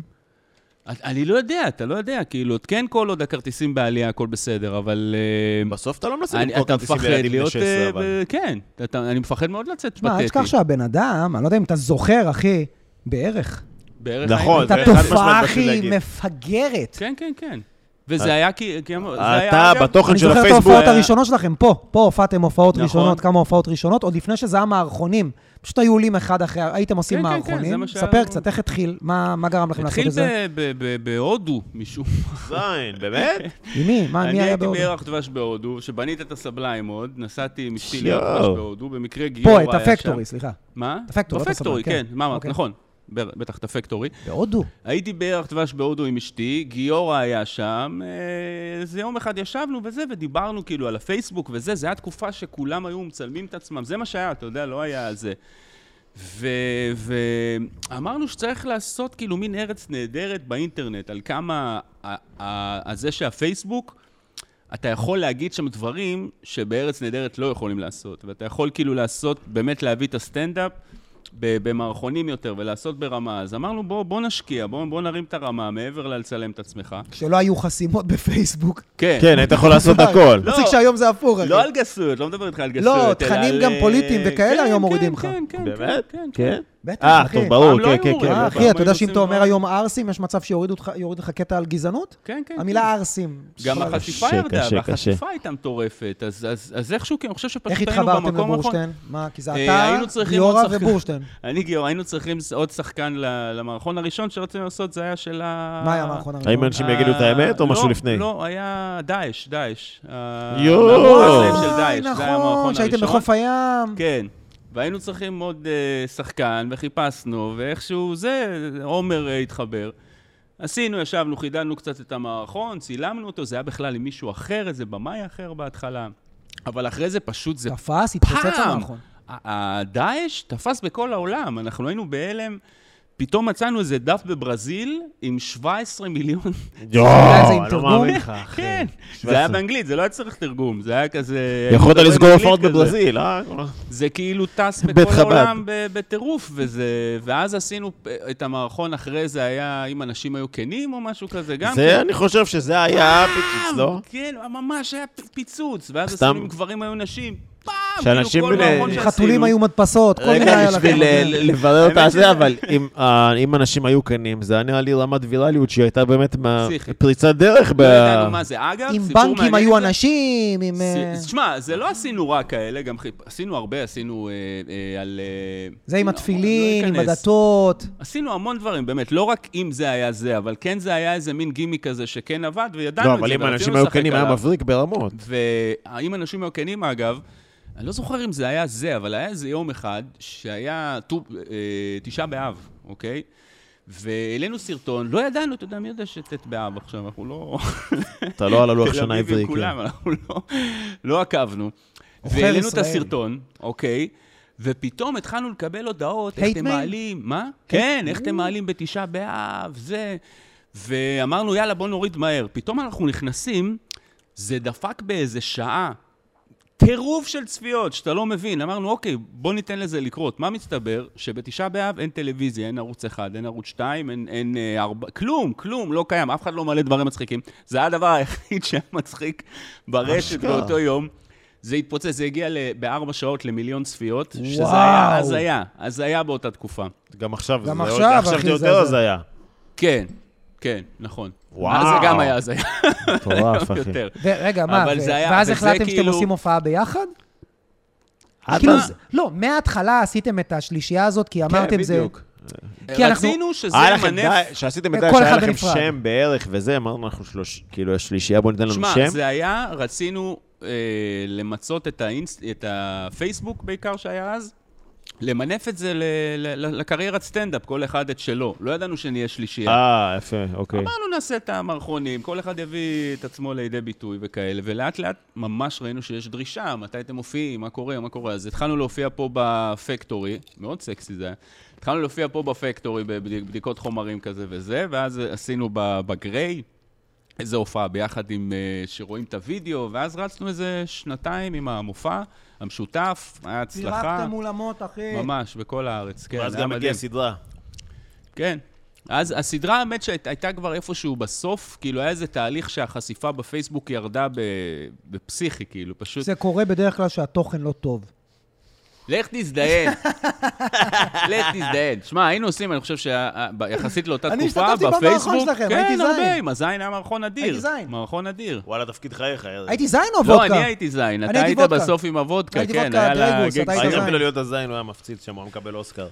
את- אני לא יודע, אתה לא יודע, כאילו, כן כל עוד הכרטיסים בעלייה, הכל בסדר, אבל... אה,
בסוף אתה לא מנסה
אני,
למכור
אתה
כרטיסים
מפחד
לילדים בני
להיות...
16,
אה,
אבל...
ב- כן, אתה, אני מפחד מאוד לצאת
מה, אל
פתטי.
תשכח שהבן אדם, אני לא יודע אם אתה זוכר, אחי, בערך.
בערך
נכון,
הייתה
זה חד משמעית
תופעה,
באתי
אחי,
להגיד.
מפגרת.
כן, כן, כן. וזה היה כי... כי- זה היה,
אה, אתה,
אגב,
בתוכן
אני
של
זוכר את
הפייסבוק...
ההופעות
היה-
הראשונות שלכם, פה, פה הופעתם הופעות
נכון.
ראשונות, כמה הופעות ראשונות, עוד לפני שזה היה מערכונים. פשוט היו עולים אחד אחרי, הייתם עושים
כן, כן, כן, זה
מערכונים.
מה שהיה
ספר
לנו.
קצת, איך התחיל? מה מה גרם לכם לעשות
התחיל
את זה?
ב- ב- ב- בהודו, משום מה.
זין, באמת?
כן.
עם מי? מה, מי
אני
היה
הייתי
בהודו?
בירח דבש בהודו, שבנית את הסבליים עוד, נסעתי עם אשתי
יואו.
לירח דבש בהודו, במקרה גיור
פה,
היה
את
שם.
הפקטורי, סליחה.
מה?
את הפקטורי, לא את
בפקטורי,
הסבליים,
כן.
כן.
מה,
אוקיי.
נכון. ב- בטח, את הפקטורי.
בהודו.
הייתי בירח דבש בהודו עם אשתי, גיורא היה שם, אה, איזה יום אחד ישבנו וזה, ודיברנו כאילו על הפייסבוק וזה, זה היה תקופה שכולם היו מצלמים את עצמם, זה מה שהיה, אתה יודע, לא היה זה. ואמרנו ו- אמרנו שצריך לעשות כאילו מין ארץ נהדרת באינטרנט, על כמה ה- ה- ה- זה שהפייסבוק, אתה יכול להגיד שם דברים שבארץ נהדרת לא יכולים לעשות, ואתה יכול כאילו לעשות, באמת להביא את הסטנדאפ ב- במערכונים יותר ולעשות ברמה. אז אמרנו, בוא, בוא נשקיע, בוא, בוא נרים את הרמה מעבר ללצלם את עצמך.
כשלא היו חסימות בפייסבוק.
כן, היית יכול לעשות הכל.
לא.
מצחיק שהיום זה הפוך, אחי.
לא על גסויות, לא מדבר איתך על גסויות.
לא,
אלא
תכנים
על,
גם פוליטיים
אה,
וכאלה
כן,
היום
כן,
מורידים
כן,
לך.
כן, כן,
באמת?
כן, כן.
כן.
בטח,
אה,
אחי.
טוב, ברור,
פעם לא
כן,
היו
כן,
אומרים,
אה,
כן.
אחי, אתה יודע
היו
שאם
עושים
אתה אומר
דבר-
היום ערסים, יש מצב שיורידו אותך- יוריד לך קטע על גזענות?
כן, כן.
המילה ערסים.
גם
שואל.
החשיפה
קשה,
ירדה,
קשה,
והחשיפה הייתה מטורפת, אז- אז אז איכשהו, כי אני חושב שפשוט
איך
היינו
התחברתם
במקום האחרון.
לבורשטיין? מה, כי זה
אה,
אתה,
היינו צריכים
גיורא
עוד שחקן.
ובורשטיין.
אני גיאור, היינו צריכים עוד שחקן ל- למערכון הראשון שרצינו לעשות, זה היה של ה...
מה היה המערכון הראשון?
האם אנשים יגידו את האמת או
אה, לא,
משהו לפני?
לא, היה דאעש, דאעש.
יואו.
המערכון של
וואי,
דאעש, אה, זה היה המערכון
נכון, שהייתם
הראשון.
בחוף הים.
כן. והיינו צריכים עוד אה, שחקן, וחיפשנו, ואיכשהו זה, עומר אה, התחבר. עשינו, ישבנו, חידדנו קצת את המערכון, צילמנו אותו, זה היה בכלל עם מישהו אחר, איזה במאי אחר בהתחלה. אבל אחרי זה פשוט זה
תפס, התפוצץ
פעם.
המערכון.
ה- הדאעש תפס בכל העולם, אנחנו היינו בהלם. פתאום מצאנו איזה דף בברזיל עם 17 מיליון.
יואו,
היה את זה עם
אני לא
תרגום?
מאמין לך, אחי.
כן, זה
17.
היה באנגלית, זה לא היה צריך תרגום, זה היה כזה...
יכולת
מדברים
כן, לסגור
אנגלית
הופעות
כן, כזה.
בברזיל, אה?
זה כאילו טס
בית
בכל
חב"ד.
העולם ב- בטירוף, וזה... ואז עשינו פ- את המערכון אחרי זה היה, אם אנשים היו כנים או משהו כזה, גם
זה, אני חושב שזה היה פיצוץ, לא?
כן, ממש היה פ- פיצוץ, ואז
סתם.
עשינו עם גברים היו נשים, פעם,
שאנשים
כאילו כל
בני-
מערכון שעשינו.
חתולים היו מדפסות, כל מיני
רגע,
היה לכם.
בשביל אה, ל- לברר
כן. האמת
אותה זה,
שזה-
אבל אם, אה, אם אנשים היו כנים, זה היה נראה לי רמת ויראליות שהיא הייתה באמת מה-
פסיכית.
פריצת דרך ב...
לא ידענו מה זה. אגב,
עם
סיפור
בנקים
מעניין
היו
זה-
אנשים, עם... אה,
ס- תשמע, זה לא עשינו רק כאלה, גם חיפ- עשינו הרבה, עשינו אה, אה, על... אה,
זה עם
לא,
התפילין,
לא
עם
אכנס.
הדתות.
עשינו המון דברים, באמת, לא רק אם זה היה זה, אבל כן זה היה איזה מין גימי כזה שכן עבד, וידענו
לא,
את זה,
אבל אם
ורצינו
אנשים היו
לשחק
כנים, היה
עליו.
מבריק ברמות.
ואם אנשים היו כנים, אגב, אני לא זוכר אם זה היה זה, אבל היה איזה יום אחד שהיה ט"ו- אה, תשעה באב, אוקיי? והעלינו סרטון, לא ידענו, אתה יודע, מי יודע שט' באב עכשיו, אנחנו לא...
אתה לא על הלוח
תל
שנה
אביב עם
עברי,
כולם, אנחנו לא- לא עקבנו.
עוכר
והעלינו את
ישראל.
הסרטון, אוקיי? ופתאום התחלנו לקבל הודעות, איך
Hate
אתם
mail?
מעלים, מה? כן, איך אתם מעלים בתשעה באב, זה. ואמרנו, יאללה, בוא נוריד מהר. פתאום אנחנו נכנסים, זה דפק באיזה שעה. טירוף של צפיות, שאתה לא מבין. אמרנו, אוקיי, בוא ניתן לזה לקרות. מה מסתבר? שבתשעה באב אין טלוויזיה, אין ערוץ אחד, אין ערוץ שתיים, אין, אין אה, ארבע... כלום, כלום, לא קיים. אף אחד לא מעלה דברים מצחיקים. זה היה הדבר היחיד שהיה מצחיק ברשת
אשכרה.
באותו יום. זה התפוצץ, זה הגיע ל- בארבע שעות למיליון צפיות, שזה
וואו.
היה הזיה, הזיה באותה תקופה.
כן. גם עכשיו,
גם
זה עוד-
עכשיו,
עכשיו
אחי,
זה
זה-
יותר
זה-
הזיה.
כן, כן, נכון.
וואו.
אז זה גם היה הזיה.
מטורף, אחי.
יותר.
ורגע, מה,
אבל
ו-
זה היה-
ואז
וזה
החלטתם שאתם
כאילו- אה,
עושים הופעה ביחד?
עד
כאילו,
אז-
זה- כן, לא, מההתחלה עשיתם את השלישייה הזאת,
כן,
כי אמרתם זה...
בדיוק.
כי אנחנו-
רצינו שזה
היה לכם
ימנף...
די, כשעשיתם את
כל
זה, שהיה
אחד
לכם
בנפרד.
שם בערך וזה, אמרנו, אנחנו שלוש, כאילו, השלישייה, בואו ניתן לנו
שמע,
שם.
זה היה, רצינו אה, למצות את, האינס, את הפייסבוק בעיקר שהיה אז, למנף את זה ל, ל, ל, לקריירת סטנדאפ, כל אחד את שלו. לא ידענו שנהיה שלישייה.
אה, יפה, אוקיי.
אמרנו נעשה את המערכונים, כל אחד יביא את עצמו לידי ביטוי וכאלה, ולאט לאט ממש ראינו שיש דרישה, מתי אתם מופיעים, מה קורה, מה קורה. אז התחלנו להופיע פה בפקטורי, מאוד סקסי זה היה, התחלנו להופיע פה בפקטורי בבדיקות חומרים כזה וזה, ואז עשינו ב- בגריי איזה הופעה ביחד עם, אה, שרואים את הוידאו, ואז רצנו איזה שנתיים עם המופע המשותף, היה הצלחה,
מול אמות, אחי.
ממש, בכל הארץ, כן,
ואז
היה
גם
מדהים.
הגיעה סדרה.
כן. אז הסדרה, האמת שהייתה כבר איפשהו בסוף, כאילו היה איזה תהליך שהחשיפה בפייסבוק ירדה ב- בפסיכי, כאילו, פשוט...
זה קורה בדרך כלל שהתוכן לא טוב.
אה. לך תזדיין. לך תזדיין. שמע, היינו עושים, אני חושב שיחסית לאותה
אני
תקופה,
השתתפתי
בפייסבוק...
במערכון שלכם, הייתי
כן, הרבה,
זין.
עם הזין היה מערכון אדיר.
הייתי זין.
מערכון אדיר.
וואלה, תפקיד חייך, ארז.
הייתי זין או וודקה?
לא, אני הייתי זין,
אני
אתה היית
הייתי וודקה.
בסוף עם הוודקה,
הייתי
כן,
וודקה,
היה לה
דרגוס,
גג
אתה היית
הייתי
זין.
אפילו להיות הזין, הוא היה מפציץ שם, הוא היה מקבל אוסקר.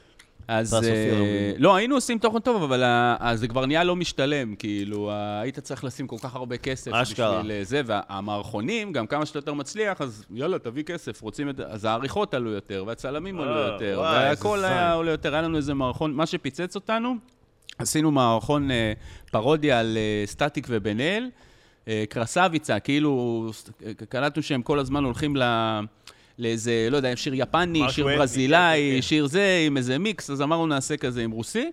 אז
פרס אופיר,
אה,
אומרים.
לא, היינו עושים תוכן טוב, אבל ה- אז זה כבר נהיה לא משתלם, כאילו, ה- היית צריך לשים כל כך הרבה כסף
אשכרה.
בשביל אה, זה, והמערכונים, גם כמה שאתה יותר מצליח, אז יאללה, תביא כסף, רוצים את זה, אז העריכות עלו יותר, והצלמים עלו
אה,
יותר,
וואי, איזה
והכל
זין.
היה עולה יותר, היה לנו איזה מערכון, מה שפיצץ אותנו, עשינו מערכון אה, פרודיה על אה, סטטיק ובן אל, אה, קרסביצה, כאילו, ס- אה, קלטנו שהם כל הזמן הולכים ל... לאיזה, לא יודע, שיר יפני,
משהו
שיר
אתני, כן, כן.
ברזילאי, שיר זה, עם איזה מיקס, אז אמרנו נעשה כזה עם רוסי,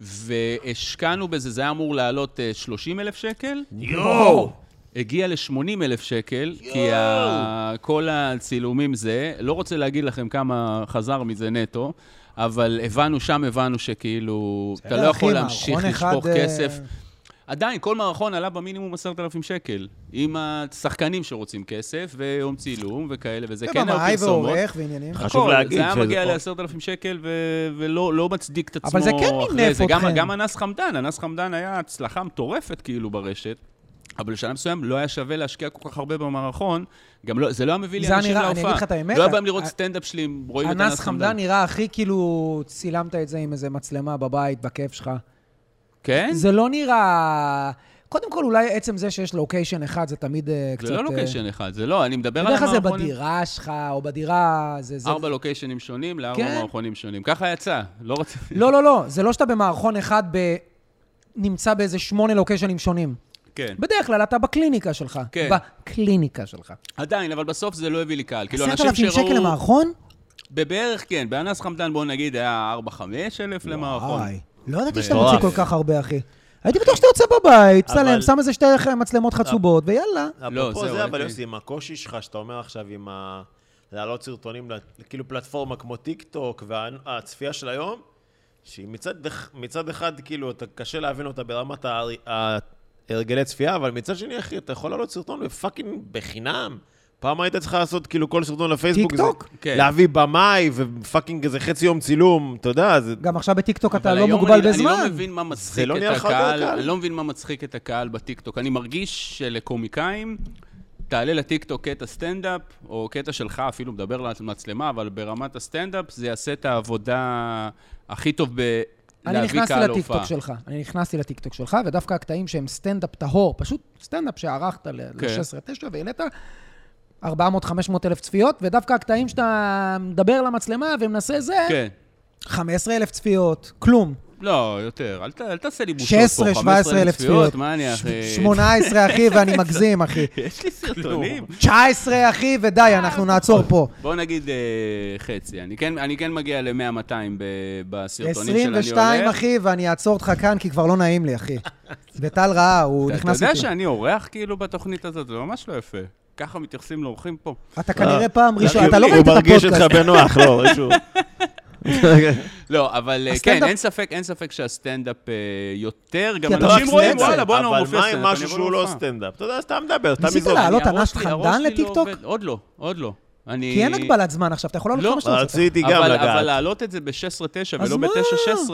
והשקענו בזה, זה היה אמור לעלות 30 אלף שקל.
יואו!
הגיע ל-80 אלף שקל, כי ה... כל הצילומים זה, לא רוצה להגיד לכם כמה חזר מזה נטו, אבל הבנו, שם הבנו שכאילו, אתה
בסדר,
לא
אחי,
יכול להמשיך
מערכון אחד,
לשפוך
אה,
כסף. עדיין, כל מערכון עלה במינימום 10,000 שקל, עם השחקנים שרוצים כסף, ויום צילום וכאלה וזה. כן,
במאי
היו פרסומות.
ועורך ועניינים.
חשוב
הכל,
להגיד
זה היה
שזה-
מגיע ל-10,000 שקל ו- ולא לא מצדיק את עצמו.
אבל זה כן
אחרי
מינף
זה. גם,
אתכם.
גם אנס חמדן, אנס חמדן היה הצלחה מטורפת כאילו ברשת. אבל בשלב מסוים לא היה שווה להשקיע כל כך הרבה במערכון, גם לא, זה לא היה מביא לי
זה היה
אנשים
נראה-
להופעה.
אני אגיד לך את האמת,
לא היה
ה-
בהם לראות
ה-
סטנדאפ שלי, אם רואים את
אנס חמדן נראה הכי כאילו צילמת את זה עם איזה מצלמה בבית, בכיף שלך.
כן?
זה לא נראה... קודם כל, אולי עצם זה שיש לוקיישן אחד, זה תמיד אה, קצת...
זה לא
אה,
לוקיישן אחד, זה לא, אני מדבר על
בדרך כלל זה
המערכונים.
בדירה שלך, או בדירה... זה- זה-
ארבע לוקיישנים שונים לארבע
כן.
מערכונים שונים. ככה יצא, לא רציתי...
לא, לא, לא. זה לא שאתה במערכון אחד ב... נמצא באיזה שמונה לוקיישנים שונים.
כן.
בדרך כלל אתה בקליניקה שלך.
כן.
בקליניקה שלך.
עדיין, אבל בסוף זה לא הביא לי קהל. כאילו, אנשים
10,000 שקל
שראו...
למערכון?
בבערך כן, באנס חמדן בוא נגיד היה 4-5 אלף למערכון.
וואי, לא ידעתי שאתה
מטורף.
מוציא כל כך הרבה, אחי. הייתי בטוח שאתה יוצא בבית,
אבל-
צלם, שם איזה שתי מצלמות חצובות, ויאללה.
לא,
אפרופו
זהו,
זה, אבל
אוקיי.
יוסי, עם הקושי שלך, שאתה אומר עכשיו עם ה... להעלות סרטונים, ל- כאילו פלטפורמה כמו טיק טוק והצפייה של היום, שהיא מצד, אח- מצד אחד, כאילו, אתה קשה להבין אותה ברמת ה- ה- הרגלי צפייה, אבל מצד שני, אחי, אתה יכול להעלות סרטון בפאקינג בחינם. פעם היית צריכה לעשות כאילו כל סרטון לפייסבוק.
טיק
זה-
טוק?
כן.
להביא במאי ופאקינג איזה חצי יום צילום, אתה יודע, זה...
גם עכשיו בטיקטוק אתה
אבל
לא
היום
מוגבל
אני-
בזמן.
אני לא מבין מה מצחיק
לא
את
נראה לך יותר
הקהל,
קל?
אני לא מבין מה מצחיק את הקהל בטיקטוק. אני מרגיש שלקומיקאים, תעלה לטיקטוק קטע סטנדאפ, או קטע שלך, אפילו מדבר למצלמה, אבל ברמת הסטנדאפ זה יעשה את העבודה הכי טוב ב...
אני
להביא
נכנסתי
קהל
לטיקטוק
להופעה.
שלך, אני נכנסתי לטיקטוק שלך, ודווקא הקטעים שהם סטנדאפ טהור, פשוט סטנדאפ שערכת
כן.
ל-16-9 והעלית 400-500 אלף צפיות, ודווקא הקטעים שאתה מדבר למצלמה ומנסה זה,
כן.
15 אלף צפיות, כלום.
לא, יותר. אל ת- אל תעשה לי בושות פה.
16, 17 אלף צפיות.
מה אני אחי?
18, אחי, ואני מגזים, אחי.
יש לי סרטונים.
19, אחי, ודי, אנחנו נעצור פה.
בוא נגיד אה, חצי. אני כן- אני כן מגיע ל-100-200 בסרטונים של אני הולך.
22, אחי, ואני אעצור אותך כאן, כי כבר לא נעים לי, אחי. וטל ראה, הוא
אתה-
נכנס
אתה יודע
איתי.
שאני אורח כאילו בתוכנית הזאת? זה ממש לא יפה. ככה מתייחסים לאורחים פה.
אתה
אה,
כנראה פעם ראשונה,
כאילו, הוא-
אתה לא ראית את
הוא מרגיש אותך
הפודקאסט.
בנוח, לא, מישהו...
לא, אבל אה, כן,
הסטנדאפ-
אין ספק, אין ספק שהסטנדאפ אה, יותר, גם
כי אתה
אנשים
לא, רק
רואים,
סטנדאפ.
וואלה, בואנה, הוא מופיע
אבל
סטנדאפ.
מה עם
אני
משהו
אבוא
שהוא לא
להופעה.
סטנדאפ? אתה יודע, סתם מדבר, סתם
ניסית
מזרום.
לעלות
אני-
ענש
הראש שלי-
חמדן
הראש שלי לא
לטיקטוק?
עובד. עוד לא, עוד לא. אני...
כי אין הגבלת זמן עכשיו, אתה יכול לעלות
לא,
כמה שאתה רוצה.
רציתי גם
אבל, אבל
לגעת.
להעלות את זה ב-16-9
אז
ולא
מה?
ב-9-16,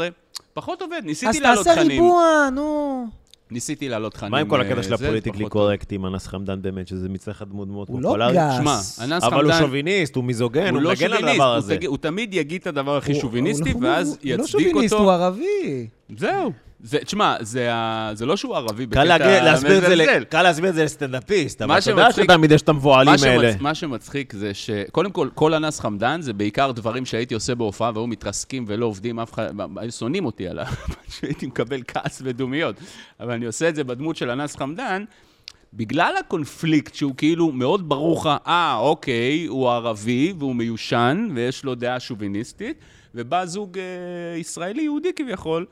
פחות עובד.
אז
ניסיתי להעלות
תעשה
תכנים.
ריבוע, נו.
ניסיתי להעלות תכנים.
מה עם כל
אה,
הקטע של
זה,
הפוליטיקלי
פחות
קורקט עם אנס חמדן באמת, שזה מצד אחד דמות מאוד
הוא לא
פופולרית?
גס.
טוב. שמע, אנס
אבל הוא
חמדן,
שוביניסט, הוא מיזוגן,
הוא
כן, הוא
לא
מגן על
שוביניסט,
הדבר
הוא
הזה.
תגיד- הוא תמיד יגיד את הדבר הכי
הוא-
שוביניסטי,
הוא לא-
ואז
הוא לא
יצדיק
שוביניסט, הוא
אותו.
ערבי.
זהו. זה- תשמע, זה ה- זה לא שהוא ערבי בקטע...
קל להגיד- להסביר את זה ל-
מזלזל.
קל להסביר את זה לסטנדאפיסט, אבל
מה
אתה יודע
שמצחיק-
שתמיד יש את המבוהלים
מה שמצ-
האלה.
מה שמצחיק זה שקודם כל, כל אנס חמדן זה בעיקר דברים שהייתי עושה בהופעה והיו מתרסקים ולא עובדים, אף אחד, היו שונאים אותי על ה... שהייתי מקבל כעס ודומיות. אבל אני עושה את זה בדמות של אנס חמדן, בגלל הקונפליקט שהוא כאילו מאוד ברור לך, אה, אוקיי, הוא ערבי והוא מיושן ויש לו דעה שוביניסטית, ובא זוג אה, ישראלי-יהודי כביכול.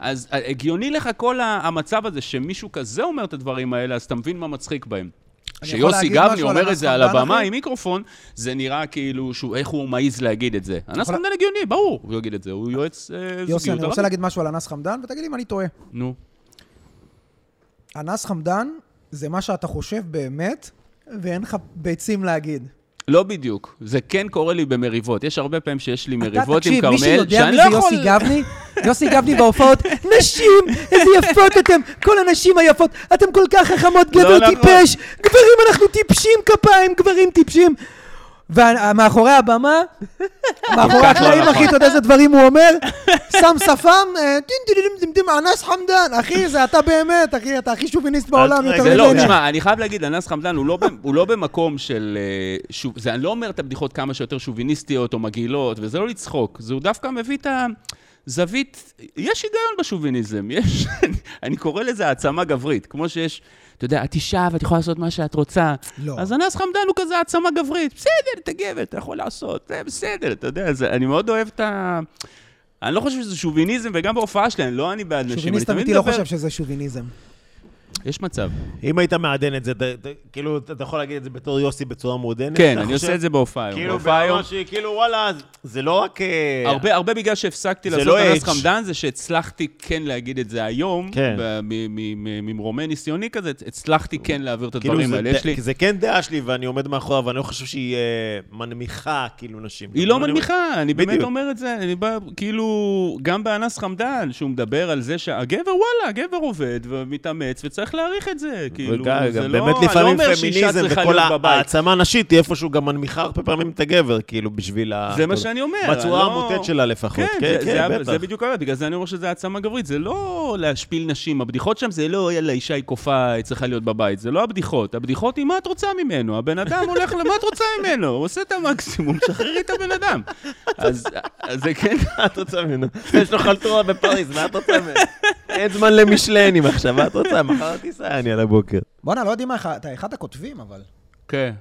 אז אה, הגיוני לך כל ה- המצב הזה, שמישהו כזה אומר את הדברים האלה, אז אתה מבין מה מצחיק בהם.
אני יכול
שיוסי
להגיד
גבני
משהו על
אומר
אנס
את זה על
חמדן,
הבמה
אחי?
עם מיקרופון, זה נראה כאילו, שהוא, איך הוא מעז להגיד את זה. אנס
יכול-
חמדן הגיוני, ברור, הוא יגיד את זה, הוא יועץ אה, זוגיות.
יוסי, אני רוצה
ערבי.
להגיד משהו על אנס חמדן, ותגיד לי אם אני טועה.
נו,
אנס חמדן זה מה שאתה חושב באמת, ואין לך ביצים להגיד.
לא בדיוק, זה כן קורה לי במריבות. יש הרבה פעמים שיש לי מריבות עם
אתה תקשיב, מי
כרמל,
שיודע מי
שאני לא
זה
יכול...
יוסי גבני, יוסי גבני בהופעות, נשים, איזה יפות אתם, כל הנשים היפות, אתם כל כך חכמות, גבר
נכון.
טיפש, גברים אנחנו טיפשים כפיים, גברים טיפשים. ומאחורי הבמה, מאחורי
כך לא
הקלעים,
נכון.
אחי, אתה יודע איזה דברים הוא אומר? שם שפם, אה, דין דין דין דין דין, אנס חמדן, אחי, זה אתה באמת, אחי, אתה הכי שוביניסט בעולם,
רגע,
יותר
זה לא,
ממני.
תשמע, אני חייב להגיד, אנס חמדן הוא לא ב- הוא לא במקום של... אה, שוב- זה- אני לא אומר את הבדיחות כמה שיותר שוביניסטיות או מגעילות, וזה לא לצחוק, זה הוא דווקא מביא את ה... זווית, יש היגיון בשוביניזם, יש, אני קורא לזה העצמה גברית, כמו שיש, אתה יודע, את אישה ואת יכולה לעשות מה שאת רוצה.
לא.
אז אנס חמדן הוא כזה העצמה גברית, בסדר, אתה גבר, אתה יכול לעשות, זה בסדר, אתה יודע, זה, אני מאוד אוהב את ה... אני לא חושב שזה שוביניזם, וגם בהופעה שלי, אני לא אני בעד נשים, אני
שוביניסט
תמיד
אמיתי לא
מדבר...
חושב שזה שוביניזם.
יש מצב.
אם היית מעדן את זה, ת- ת- כאילו, אתה יכול להגיד את זה בתור יוסי בצורה מעודנת?
כן,
אתה
אני
חושב-
עושה את זה בהופעה היום.
כאילו,
בהופעה היום,
ברמה שהיא, כאילו, וואלה, זה לא רק... אה,
הרבה, הרבה בגלל שהפסקתי
זה
לעשות
לא
אנס
אדג'.
חמדן, זה שהצלחתי כן להגיד את זה היום,
כן.
ב- מ- מ- מ- ממרומי ניסיוני כזה, הצלחתי כן להעביר את
כאילו,
הדברים
זה
האלה.
ד-
יש לי...
כי זה כן דעה שלי, ואני עומד מאחוריו, ואני לא חושב שהיא אה, מנמיכה, כאילו, נשים.
היא
כאילו,
לא
אני-
מנמיכה, אני באמת
בדיוק.
אומר את זה, אני בא, כאילו, גם באנס חמדן, שהוא מדבר על זה שהגבר, וואלה, הגבר עובד ומתאמץ, וצריך להעריך את זה, כאילו,
וגם-
זה
גם
לא...
באמת
אני לא
לפעמים
אומר שאישה
פמיניזם
צריכה
וכל
להיות
ה-
בבית.
העצמה נשית היא איפשהו גם מנמיכה הרבה פעמים את הגבר, כאילו, בשביל ה...
זה מה שאני אומר.
בצורה
לא-
המוטט שלה לפחות.
כן,
כן,
זה-
כן,
זה-
בטח.
זה בדיוק הבעיה, בגלל זה אני אומר שזה העצמה גברית, זה לא להשפיל נשים, הבדיחות שם זה לא, יאללה, אישה היא קופה, היא צריכה להיות בבית, זה לא הבדיחות, הבדיחות היא מה את רוצה ממנו, הבן אדם הולך למה את רוצה ממנו, הוא עושה את המקסימום, שחררי את הבן אדם. אז אז זה כן,
מה את רוצה ממנו? יש לו חלטורה בפריז, מה את רוצה ממנו? אין זמן למשלנים עכשיו, מה את רוצה? מחר תיסע אני על הבוקר.
בואנה, לא יודעים מה, אתה אחד הכותבים, אבל.
כן.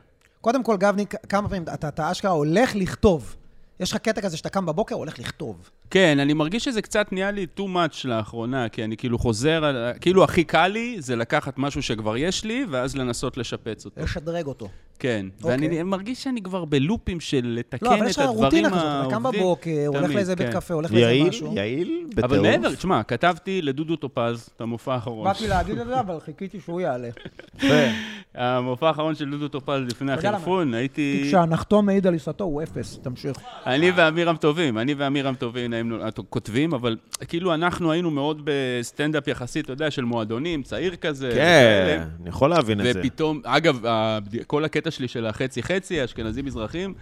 קודם כל, גבני, כ- כמה פעמים אתה, אתה אשכרה הולך לכתוב. יש לך קטע כזה שאתה קם בבוקר, הולך לכתוב.
כן, אני מרגיש שזה קצת נהיה לי too much לאחרונה, כי אני כאילו חוזר, על- כאילו הכי קל לי זה לקחת משהו שכבר יש לי, ואז לנסות לשפץ אותו.
לשדרג אותו.
כן,
אוקיי.
ואני מרגיש שאני כבר בלופים של לתקן
לא, אבל
את
יש לך
הדברים
רוטינה
העובדים.
כזאת, אתה קם בבוקר, הולך
תמיד,
לאיזה בית
כן.
קפה, הולך לאיזה
יעיל,
משהו.
יעיל,
אבל
בטירוף.
מעבר, תשמע, כתבתי לדודו טופז את המופע האחרון.
באתי להגיד את זה, אבל חיכיתי שהוא יעלה.
המופע האחרון של דודו טופז לפני
יודע למה.
החלפון,
כי
הייתי...
כשהנחתום מעיד על עיסתו הוא אפס, תמשיך.
אני ואמירם טובים, אני ואמירם טובים היינו כותבים, אבל כאילו אנחנו היינו מאוד בסטנדאפ יחסית, אתה יודע, של מועדונים, צעיר כזה.
כן,
וכאלה.
אני יכול להבין את זה.
ופתאום, אגב, הבד- כל הקטע שלי של החצי-חצי, אשכנזים-מזרחים,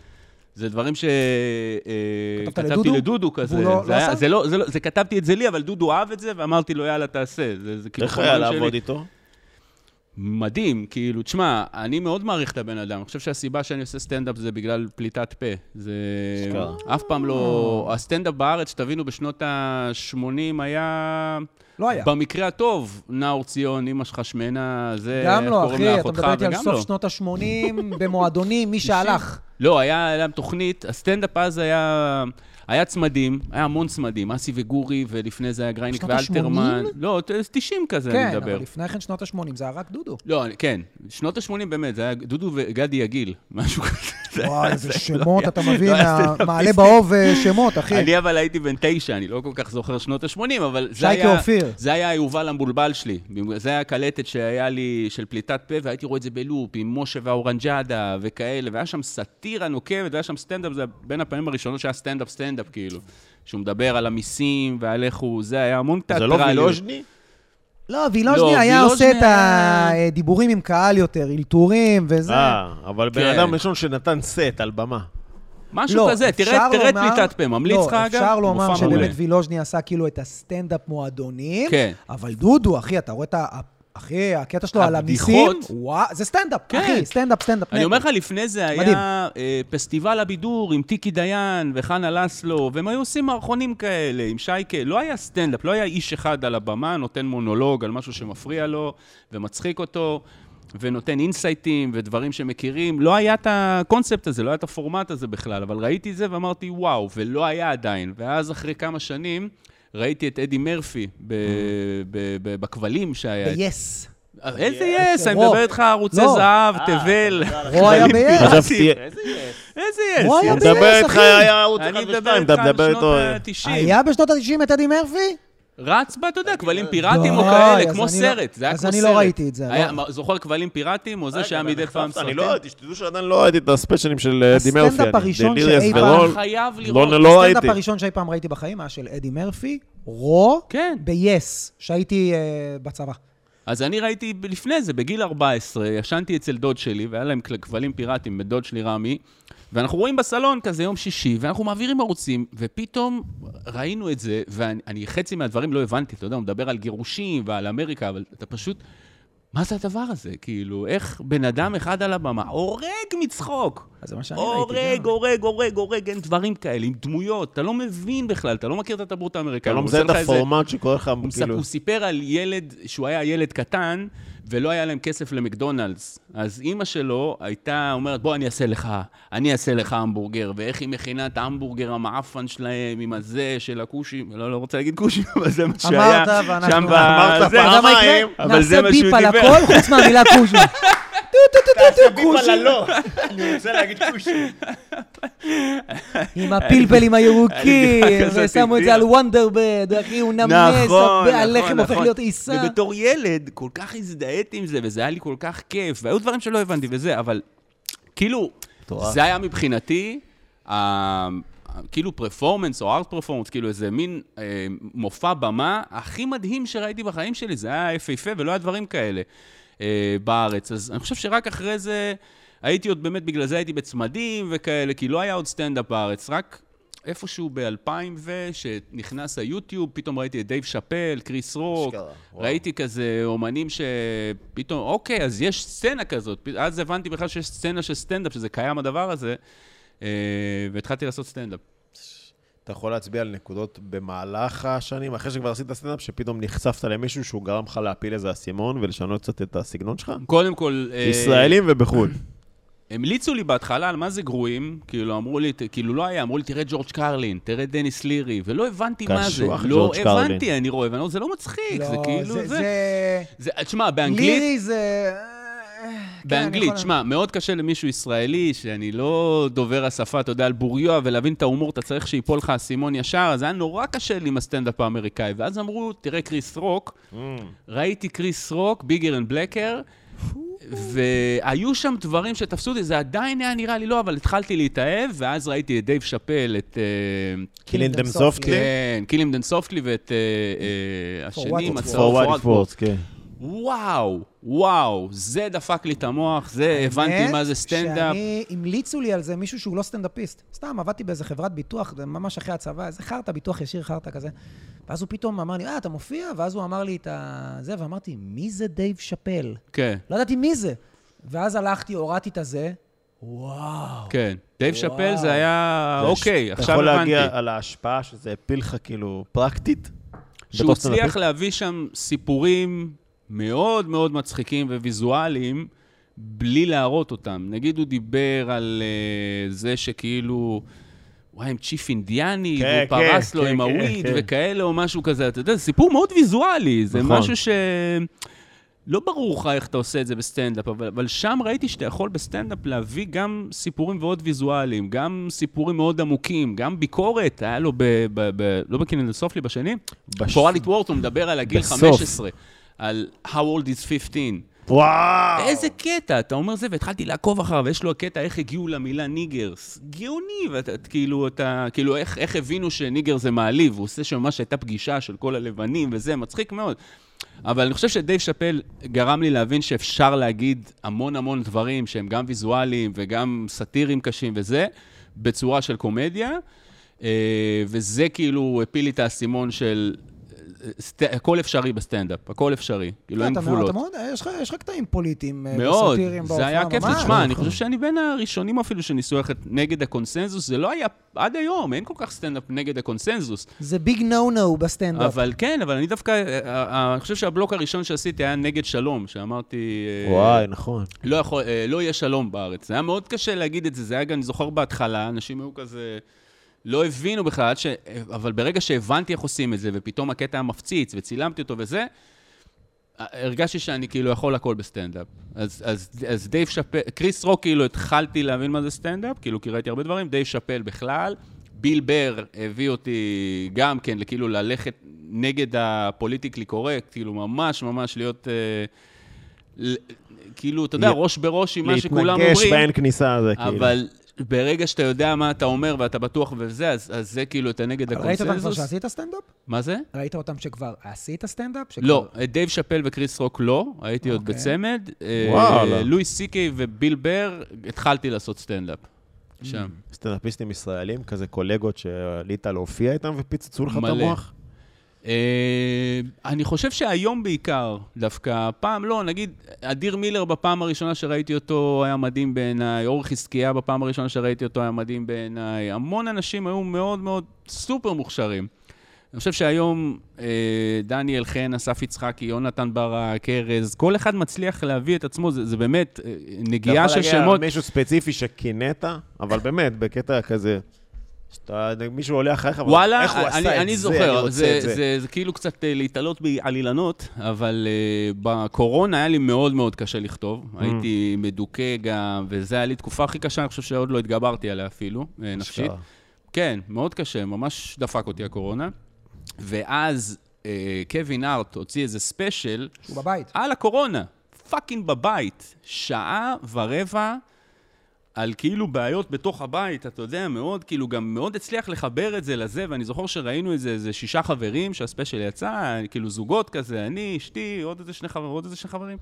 זה דברים
כתבת
שכתבתי
לדודו?
לדודו כזה.
והוא לא-
זה
לא
היה-
עשה?
זה לא, זה לא- זה כתבתי את זה לי, אבל דודו אהב את זה, ואמרתי לו, יאללה, תעשה. זה זה כאילו
איך
חומרים
היה
שלי.
לעבוד איתו?
מדהים, כאילו, תשמע, אני מאוד מעריך את הבן אדם. אני חושב שהסיבה שאני עושה סטנדאפ זה בגלל פליטת פה. זה...
אשכרה.
אף פעם לא... הסטנדאפ בארץ, שתבינו, בשנות ה-80 היה...
לא היה.
במקרה הטוב, נאור ציון, אמא שלך שמנה, זה...
גם
איך
לא,
קוראים לה,
אחי, אתה
אחותך,
מדבר איתי על
וגם
סוף
לא.
שנות ה-80, במועדונים, מי שהלך.
לא, היה להם תוכנית, הסטנדאפ אז היה... היה צמדים, היה המון צמדים, אסי וגורי, ולפני זה היה גרייניק
בשנות
ואלתרמן.
ה-שמונים?
לא, ת- 90 כזה אני
כן,
מדבר.
אבל לפני כן שנות ה-80, זה היה רק דודו.
לא, אני- כן, שנות ה-80 באמת, זה היה דודו וגדי יגיל, משהו כזה.
וואי, איזה שמות אתה מביא,
לא היה
מה-
סטנדאפיסט.
מעלה באוב אה, שמות, אחי.
אני אבל הייתי בן תשע, אני לא כל כך זוכר שנות ה-80, אבל זה
שייקה
היה...
אופיר.
זה היה היובל המבולבל שלי. זה היה הקלטת שהיה לי של פליטת פה, והייתי רואה את זה בלופ, עם משה והאורנג'אדה וכאלה, והיה שם סאטירה נוקבת, והיה שם סטנדאפ, זה בין הפעמים הראשונות שהיה סטנדאפ סטנדאפ, כאילו. שהוא מדבר על המיסים ועל איך הוא... זה היה המון
זה
תיאטרליות.
לא וילוז'ני?
לא, וילוז'ני
לא,
היה עושה את
וילוז'ני היה-
הדיבורים עם קהל יותר, אלתורים וזה.
אה, אבל בן
כן.
אדם ראשון שנתן סט על במה.
משהו
לא,
כזה, תראה
אפשר
תראה את
לומר-
פליטת פה, ממליץ לך אגב?
לא, אפשר
מופע
לומר
מעולה.
שבאמת וילוז'ני עשה כאילו את הסטנדאפ מועדונים,
כן.
אבל דודו, אחי, אתה רואה את ה... אחי, הקטע שלו על המיסים,
הבדיחות.
וואו, זה סטנדאפ,
כן.
אחי, סטנדאפ, סטנדאפ.
אני
נטו.
אומר לך, לפני זה
מדהים.
היה אה, פסטיבל הבידור עם טיקי דיין וחנה לסלו, והם היו עושים מערכונים כאלה עם שייקה. לא היה סטנדאפ, לא היה איש אחד על הבמה, נותן מונולוג על משהו שמפריע לו ומצחיק אותו, ונותן אינסייטים ודברים שמכירים. לא היה את הקונספט הזה, לא היה את הפורמט הזה בכלל, אבל ראיתי את זה ואמרתי, וואו, ולא היה עדיין. ואז אחרי כמה שנים... ראיתי את אדי מרפי
Mm-hmm.
ב- ב- ב- בכבלים שהיה.
ב-yes.
איזה יס, אני
רוע.
מדבר איתך ערוצי
לא.
זהב, תבל.
רוע היה ב-yes.
חשבתי,
איזה
רוע היה
הוא
יס?
מדבר
ב-yes,
איתך,
אחי.
היה ערוץ 1
אני
ו-2,
מדבר
אתה
איתך על
מדבר
שנות
איתו... אה.
ה-90.
היה בשנות ה-90 את אדי מרפי?
רץ באתה יודע, כבלים פיראטים או
די,
כאלה,
אז
כמו
אני לא-
סרט. זה היה
אז
כמו סרט.
אני לא ראיתי את זה,
היה-
לא.
זוכר כבלים פיראטים, או זה
רגע,
שהיה
אבל
מדי פעם
נחשפת,
סרטים?
אה, אני לא ראיתי, שתדעו שעדיין לא ראיתי את הספיישלים של אה, די
הסטנדאפ
מרפי. אני-
הראשון
דליריאס
שאי פעם-
ורול.
חייב לראות.
לא, לא
הסטנדאפ
ראיתי.
הראשון שאי פעם ראיתי בחיים היה של אדי מרפי, רו,
כן.
ב-yes, שהייתי אה, בצבא.
אז אני ראיתי ב- לפני זה, בגיל 14, ישנתי אצל דוד שלי, והיה להם כל- כבלים פיראטים בדוד שלי רמי, ואנחנו רואים בסלון כזה יום שישי, ואנחנו מעבירים ערוצים, ופתאום ראינו את זה, ואני אני חצי מהדברים לא הבנתי, אתה יודע, הוא מדבר על גירושים ועל אמריקה, אבל אתה פשוט... מה זה הדבר הזה? כאילו, איך בן אדם אחד על הבמה הורג מצחוק?
אז זה מה שאני ראיתי. כן.
הורג,
גם.
הורג, הורג, הורג, אין דברים כאלה, עם דמויות, אתה לא מבין בכלל, אתה לא מכיר את התרבות האמריקאית.
אתה לא
הוא
מזהה
עושה
את
לך איזה-
הפורמט שקורא לך,
הוא, מספ...
כאילו...
הוא סיפר על ילד, שהוא היה ילד קטן, ולא היה להם כסף למקדונלדס. אז אימא שלו הייתה אומרת, בוא, אני אעשה לך, אני אעשה לך המבורגר, ואיך היא מכינה את ההמבורגר המעפן שלהם, עם הזה של הכושים, לא, לא רוצה להגיד כושים, אבל זה מה שהיה.
אמרת, ואנחנו-
שם ב-
אמרת
זה,
אתה יודע מה יקרה?
פעמיים,
אבל זה מה
נעשה ביפ
שהוא
על
דיבר.
הכל חוץ מהמילה קוז'ו. טו טו טו טו טו קוז'ו.
אני רוצה להגיד כושי.
עם הפלפלים הירוקים,
כזאת
ושמו את זה
הגדילה.
על וונדרבד, אחי, הוא נמס,
נכון,
הרבה הלחם
נכון,
הופך
נכון.
להיות עיסה.
ובתור ילד, כל כך הזדהיתי עם זה, וזה היה לי כל כך כיף, והיו דברים שלא הבנתי וזה, אבל כאילו,
מטורף.
זה היה מבחינתי, אה, כאילו פרפורמנס או ארט פרפורמנס, כאילו איזה מין אה, מופע במה הכי מדהים שראיתי בחיים שלי, זה היה יפהפה ולא היה דברים כאלה אה, בארץ. אז אני חושב שרק אחרי זה, הייתי עוד באמת, בגלל זה הייתי בצמדים וכאלה, כי לא היה עוד סטנדאפ בארץ, רק... איפשהו ב-2000 ו... שנכנס היוטיוב, פתאום ראיתי את דייב שאפל, קריס רוק,
אשכרה, וואו.
ראיתי כזה אומנים שפתאום, אוקיי, אז יש סצנה כזאת. פ- אז הבנתי בכלל שיש סצנה של סטנדאפ, שזה קיים הדבר הזה, אה, והתחלתי לעשות סטנדאפ.
אתה יכול להצביע על נקודות במהלך השנים, אחרי שכבר עשית סטנדאפ, שפתאום נחשפת למישהו שהוא גרם לך להפיל איזה אסימון ולשנות קצת את הסגנון שלך?
קודם כל... אה,
ישראלים ובחו"ל.
המליצו לי בהתחלה על מה זה גרועים, כאילו אמרו לי, ת- כאילו לא היה, אמרו לי, תראה ג'ורג' קרלין, תראה דניס לירי, ולא הבנתי מה זה.
קשוח,
לא
ג'ורג' קרלין.
הבנתי, אני רואה, ואני אומר, זה לא מצחיק, זה
לא,
כאילו זה.
זה...
זה- תשמע, באנגלית...
לירי זה... כן, אני
באנגלית,
יכול-
שמע, מאוד קשה למישהו ישראלי, שאני לא דובר השפה, אתה יודע, על בוריוע, ולהבין את ההומור, אתה צריך שיפול לך אסימון ישר, אז היה נורא קשה לי עם הסטנדאפ האמריקאי. ואז אמרו, תראה, קריס רוק,
Mm.
ראיתי קריס רוק, ביגר אנד בלקר, והיו שם דברים שתפסו אותי, זה עדיין היה נראה לי לא, אבל התחלתי להתאהב, ואז ראיתי את דייב שאפל, את... אה,
קילינג דם סופטלי?
כן, קילים דן סופטלי ואת אה, אה,
כן. For what
השני,
it's
מצאו
for what it's worth, כן.
וואו, וואו, זה דפק לי את המוח, זה הבנתי מה זה סטנדאפ.
כן, שאני, המליצו לי על זה מישהו שהוא לא סטנדאפיסט. סתם, עבדתי באיזה חברת ביטוח, זה ממש אחרי הצבא, איזה חרטא, ביטוח ישיר חרטא כזה. ואז הוא פתאום אמר לי, אה, אתה מופיע? ואז הוא אמר לי את ה... זה, ואמרתי, מי זה דייב שאפל?
כן,
לא ידעתי מי זה. ואז הלכתי, הורדתי את הזה, וואו.
כן. דייב
וואו.
שאפל זה היה, אוקיי,
אתה יכול
עכשיו
להגיע
הבנתי.
על ההשפעה שזה הפיל לך כאילו פרקטית?
שהוא
בתור סטנדאפיסט?
הצליח להביא שם סיפורים מאוד מאוד מצחיקים וויזואליים, בלי להראות אותם. נגיד הוא דיבר על אה, זה שכאילו, הוא היה עם צ'יף אינדיאני,
כן,
והוא
כן,
פרס לו
כן,
עם
כן,
הוויד
כן.
וכאלה או משהו כזה. אתה יודע, זה סיפור מאוד ויזואלי, זה
נכון.
משהו ש... לא ברור לך איך אתה עושה את זה בסטנדאפ, אבל, אבל שם ראיתי שאתה יכול בסטנדאפ להביא גם סיפורים מאוד ויזואליים, גם סיפורים מאוד עמוקים, גם ביקורת, היה לו ב... ב, ב לא בקינן סופלי בשני,
בש-
פורליט וורט, הוא מדבר על הגיל
בסוף.
15, על How old is 15.
וואו!
איזה קטע, אתה אומר זה, והתחלתי לעקוב אחריו, ויש לו הקטע איך הגיעו למילה ניגרס. גאוני, ואתה כאילו, אתה, כאילו, איך, איך הבינו שניגר זה מעליב, הוא עושה שם ממש הייתה פגישה של כל הלבנים וזה, מצחיק מאוד. אבל אני חושב שדייב שאפל גרם לי להבין שאפשר להגיד המון המון דברים שהם גם ויזואליים וגם סאטירים קשים וזה, בצורה של קומדיה, אה, וזה כאילו הפיל לי את האסימון של... אה, סט... הכל אפשרי בסטנדאפ, הכל אפשרי, כאילו אין
לא, אתה-
גבולות.
אתה מאוד- אה, יש לך- יש לך קטעים פוליטיים אה,
מאוד,
וסאטיריים
זה
באופנה,
היה כיף.
ממש.
תשמע, אני חושב שאני בין הראשונים אפילו שניסו ללכת נגד הקונסנזוס, זה לא היה עד היום, אין כל כך סטנדאפ נגד הקונסנזוס.
זה ביג נו נו בסטנדאפ.
אבל כן, אבל אני דווקא, אה, אה, אני חושב שהבלוק הראשון שעשיתי היה נגד שלום, שאמרתי... אה,
וואי, נכון.
לא יכול, אה, לא יהיה שלום בארץ. זה היה מאוד קשה להגיד את זה, זה היה גם, אני זוכר בהתחלה, אנשים היו כזה... לא הבינו בכלל, עד ש... אבל ברגע שהבנתי איך עושים את זה, ופתאום הקטע המפציץ, וצילמתי אותו וזה, הרגשתי שאני כאילו יכול הכל בסטנדאפ. אז, אז, אז דייב שאפל, קריס רוק כאילו התחלתי להבין מה זה סטנדאפ, כאילו כי ראיתי הרבה דברים, דייב שאפל בכלל, ביל בר הביא אותי גם כן, כאילו ללכת נגד הפוליטיקלי קורקט, כאילו ממש ממש להיות, אה, ל- כאילו, אתה יודע,
לה-
ראש בראש עם מה שכולם אומרים.
להתנגש באין כניסה הזה, כאילו.
אבל ברגע שאתה יודע מה אתה אומר ואתה בטוח וזה, אז, אז זה כאילו, אתה נגד
אבל ראית אותם כבר
הקונסנזוס.
שעשית סטנדאפ?
מה זה?
ראית אותם שכבר עשית סטנדאפ? שכבר-
לא, את דייב שאפל וקריס רוק לא, הייתי עוד
אוקיי.
בצמד. אה,
וואלה.
לואי סי-קיי וביל בר, התחלתי לעשות סטנדאפ.
Mm.
שם.
סטנדאפיסטים ישראלים, כזה קולגות שעלית להופיע איתם ופיצצו לך את
מלא.
המוח?
אה, אני חושב שהיום בעיקר, דווקא, פעם לא, נגיד, אדיר מילר בפעם הראשונה שראיתי אותו היה מדהים בעיניי, אור חזקיה בפעם הראשונה שראיתי אותו היה מדהים בעיניי, המון אנשים היו מאוד מאוד סופר מוכשרים. אני חושב שהיום אה, דניאל חן, אסף יצחקי, יונתן ברק, ארז, כל אחד מצליח להביא את עצמו, זה, זה באמת אה,
אתה
נגיעה של
יכול להגיע
שמות.
מישהו ספציפי שקינאת, אבל באמת, בקטע כזה, שאתה, מישהו עולה אחריך, אבל
וואלה,
איך הוא עשה את
אני,
זה,
אני
אני
זוכר,
רוצה
זה,
את
זה, זה, זה כאילו קצת אה, להתעלות בי על אילנות, אבל uh, בקורונה היה לי מאוד מאוד קשה לכתוב. Mm. הייתי מדוכא גם, וזה היה לי תקופה הכי קשה, אני חושב שעוד לא התגברתי עליה אפילו, אה, נפשית.
אשכרה.
כן, מאוד קשה, ממש דפק אותי הקורונה. ואז אה, קווין ארט הוציא איזה ספיישל,
הוא בבית.
על הקורונה, פאקינג בבית, שעה ורבע על כאילו בעיות בתוך הבית, אתה יודע, מאוד, כאילו גם מאוד הצליח לחבר את זה לזה, ואני זוכר שראינו איזה, איזה שישה חברים שהספיישל יצא, כאילו זוגות כזה, אני, אשתי, עוד איזה שני חברים, עוד איזה שני חברים,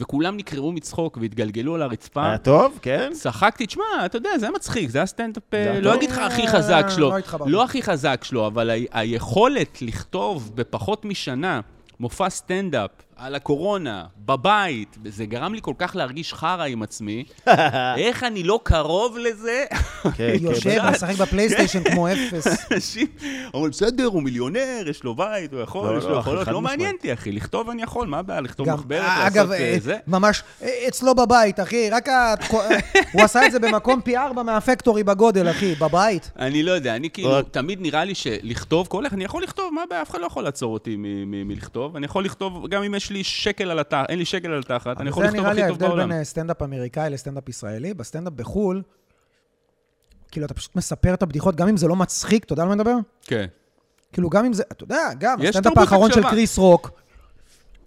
וכולם נקרעו מצחוק והתגלגלו על הרצפה.
היה טוב, כן?
צחקתי, תשמע, אתה יודע, זה היה מצחיק, זה היה סטנדאפ,
זה היה
לא
טוב. אה,
אגיד לך הכי חזק שלו,
לא התחברתי.
לא הכי חזק שלו, אבל ה- היכולת לכתוב בפחות משנה מופע סטנדאפ על הקורונה, בבית, זה גרם לי כל כך להרגיש חרא עם עצמי, איך אני לא קרוב לזה? אה,
כן,
יושב
כן.
ומשחק בפלייסטיישן כמו אפס.
אנשים אומרים, בסדר, הוא מיליונר, יש לו בית, הוא יכול,
לא,
יש
לא,
לו יכולות,
חד
לא
משמעית.
מעניין אותי, אחי, לכתוב אני יכול, מה הבעיה, לכתוב
גם,
מחברת,
אגב,
לעשות אה,
אה,
זה?
ממש, אה, אצלו בבית, אחי, רק ה... הוא עשה את זה במקום פי ארבע מהפקטורי בגודל, אחי, בבית.
אני לא יודע, אני כאילו,
רק-
תמיד נראה לי שלכתוב כל אחד, אני יכול לכתוב, מה הבעיה, אף אחד לא יכול לעצור אותי מ- מ- מלכתוב. אני יכול לכתוב, גם אם יש לי שקל על התחת, אין לי שקל על התחת, אני יכול
זה
לכתוב
נראה לי
הכי טוב
ההבדל
בעולם.
בין אה, סטנדאפ אמריקאי לסטנדאפ ישראלי. בסטנדאפ בחו"ל, כאילו, אתה פשוט מספר את הבדיחות, גם אם זה לא מצחיק, אתה יודע על מה אני מדבר?
כן.
כאילו, גם אם זה, אתה יודע, גם
יש
הסטנדאפ
תרבות
האחרון של
הקשבה.
קריס רוק,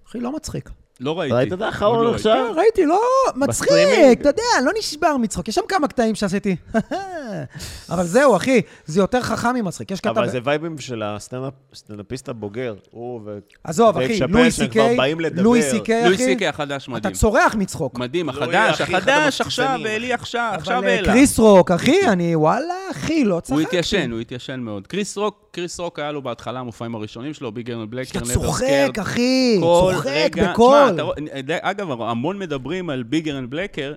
אחי, לא מצחיק.
לא ראיתי.
ראית את
עוד
האחרון
לא ראיתי.
עכשיו?
ראיתי, לא, מצחיק,
בסטרימינג.
אתה יודע, לא נשבר מצחוק. יש שם כמה קטעים שעשיתי, אבל זהו, אחי, זה יותר חכם ממצחיק. יש קטע...
אבל
ב-
זה וייבים של הסטנדאפ- הסטנדאפיסט הבוגר, הוא ו...
עזוב,
דייב
אחי,
שאפל,
לואי
שהם
סי
כבר
קיי,
באים לדבר.
לואי סי קיי,
לואי
לא, אחי,
סיקי החדש
אתה
מדהים.
צורח מצחוק.
מדהים,
לואי,
החדש,
לא, אחי, אחד
החדש, עכשיו,
המפציצנים.
אלי עכשיו, עכשיו
אבל אה,
אלה.
קריס רוק, אחי, אני, וואלה, אחי, לא צחקתי.
הוא התיישן, הוא התיישן מאוד. קריס רוק, קריס רוק היה לו בהתחלה המופעים הראשונים שלו, ביגר נד בלקר,
שאתה
נבר
צוחק,
סקרד.
אחי,
כל
צוחק
רגע-
בקול.
תשמע, אתה רוא- די- אגב, המון מדברים על ביגר אנד בלקר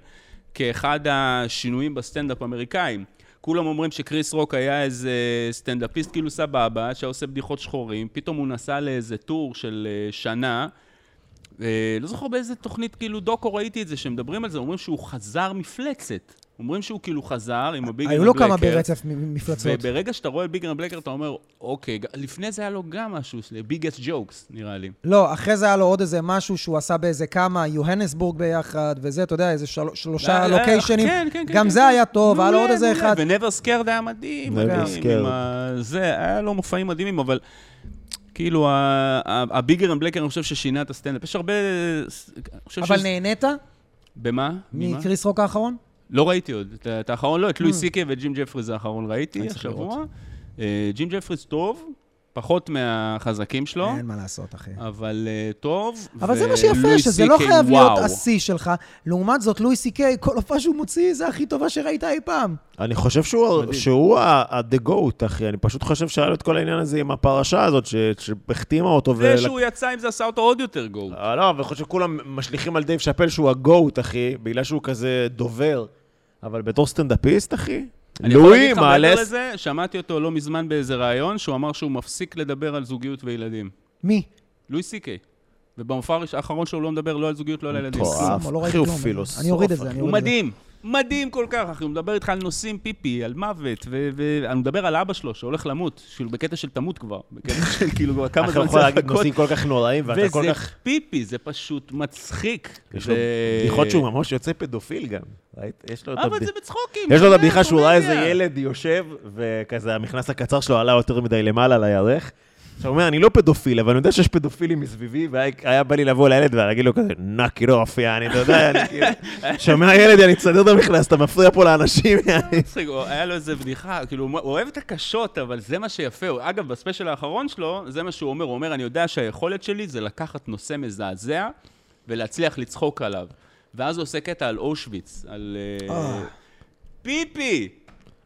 כאחד השינויים בסטנדאפ האמריקאים. כולם אומרים שקריס רוק היה איזה סטנדאפיסט כאילו סבבה, שהיה עושה בדיחות שחורים, פתאום הוא נסע לאיזה טור של אה, שנה. אה, לא זוכר באיזה תוכנית, כאילו דוקו ראיתי את זה, שמדברים על זה, אומרים שהוא חזר מפלצת. אומרים שהוא כאילו חזר עם הביגר אנד בלקר.
היו לו כמה ברצף מ- מ- מפלצות.
וברגע שאתה רואה ביגר אנד בלקר, אתה אומר, אוקיי, ג- לפני זה היה לו גם משהו, ביגסט ג'וקס, נראה לי.
לא, אחרי זה היה לו עוד איזה משהו שהוא עשה באיזה כמה, יוהנסבורג ביחד, וזה, אתה יודע, איזה של- שלושה
לא, לא,
לוקיישנים.
כן, כן, כן,
גם
כן,
זה
כן.
היה טוב, היה לו עוד
מעולה,
איזה
מעולה.
אחד.
ו-Never Scared היה מדהים.
Never
מדהים,
Scared.
עם ה- זה, היה לו מופעים מדהימים, אבל כאילו, ה- ה- הביגר אנד בלקר, אני חושב ששינה את הסטנדאפ. יש הרבה... אני חושב
אבל
ש-
נהנית
במה? ממה?
מקריס רוק האחרון?
לא ראיתי עוד. את- את האחרון לא, את לואי סיקי וג'ים ג'פריז האחרון ראיתי
Mm. אני צריך
השבוע.
לראות.
אה, ג'ים ג'פריז טוב, פחות מהחזקים שלו.
אין מה לעשות, אחי.
אבל אה, טוב,
אבל זה מה שיפה,
ולואי
שזה לא
סי.קיי,
חייב להיות
וואו.
השיא שלך. לעומת זאת, לואי סי קיי, כל הופעה שהוא מוציא, זה הכי טובה שראית אי פעם.
אני חושב שהוא- שהוא ה-the goat, אחי. אני פשוט חושב שהיה לו את כל העניין הזה עם הפרשה הזאת, ש- שהחתימה אותו.
זה
ול-
שהוא יצא עם זה עשה אותו עוד יותר גו.
אה, לא, אבל חושב שכולם משליכים על דייב שאפל שהוא הגוט, אחי, בגלל שהוא כזה דובר. אבל בתור סטנדאפיסט, אחי,
אני יכול
לואי
להגיד לך מעבר
מעלה...
לזה, שמעתי אותו לא מזמן באיזה ראיון, שהוא אמר שהוא מפסיק לדבר על זוגיות וילדים.
מי?
לואי סי קיי. ובמופע הראש- האחרון שהוא לא מדבר לא על זוגיות, לא על ילדים.
מטורף,
לא ראיתי
אחי, הוא
כלום.
פילוסוף.
אני אוריד את זה, אני
אחי.
אוריד
הוא מדהים, מדהים כל כך, אחי, הוא מדבר איתך על נושאים פיפי, על מוות, ואני מדבר על אבא שלו שהולך למות, שהוא בקטע של תמות כבר, בקטע של כאילו כבר כמה
אחי, הוא
זמן
יכול
צריך
להגיד
לחכות.
נושאים כל כך נוראים, ואתה כל
וזה
כך...
פיפי, זה פשוט מצחיק.
יש לו
זה-
בדיחות שהוא ממש יוצא פדופיל גם. ראית? יש לו את
אבל
הבדיח-
זה בצחוקים.
יש לו את
זה
הבדיחה שהוא ראה איזה
קומדיה.
ילד יושב, וכזה המכנס הקצר שלו עלה יותר מדי למעלה לירך. עכשיו הוא אומר, אני לא פדופיל, אבל אני יודע שיש פדופילים מסביבי, והיה היה בא לי לבוא לילד ולהגיד לו כזה, נאק it off, יעני, אתה יודע, אני כאילו, שומע ילד, אני אסדר את המכנס, אתה מפריע פה לאנשים, יעני.
מצחיק, הוא- היה לו איזה בדיחה, כאילו, הוא הוא אוהב את הקשות, אבל זה מה שיפה. הוא- אגב, בספיישל האחרון שלו, זה מה שהוא אומר, הוא אומר, אני יודע שהיכולת שלי זה לקחת נושא מזעזע ולהצליח לצחוק עליו. ואז הוא עושה קטע על אושוויץ, על... אה,
אה.
פיפי!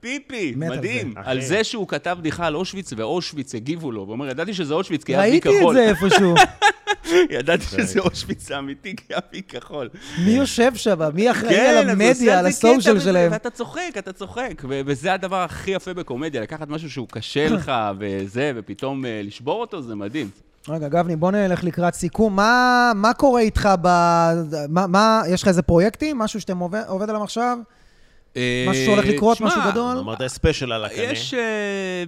פיפי,
מת על
מדהים.
זה, אחי.
על זה שהוא כתב בדיחה על אושוויץ, ואושוויץ הגיבו לו. הוא אומר, ידעתי שזה אושוויץ, כי היה בי
ראיתי את
כחול.
זה איפשהו.
ידעתי שזה אושוויץ האמיתי, כי היה בי כחול.
מי יושב שם? מי אחראי
כן,
על
אז הוא עושה
המדיה, על
זה קטע
הסושיאל
וזה,
שלהם?
ואתה צוחק, אתה צוחק, ו- וזה הדבר הכי יפה בקומדיה, לקחת משהו שהוא קשה לך וזה, ופתאום אה, לשבור אותו, זה מדהים.
רגע, גבני, בוא נלך לקראת סיכום. מה, מה קורה איתך ב... מה, מה, יש לך איזה פרויקטים? משהו שאתם עובד, עובד עליו עכשיו? משהו שהולך
אה,
לקרות,
תשמע,
משהו גדול?
אמרת ספיישל על הקנה.
יש... אה,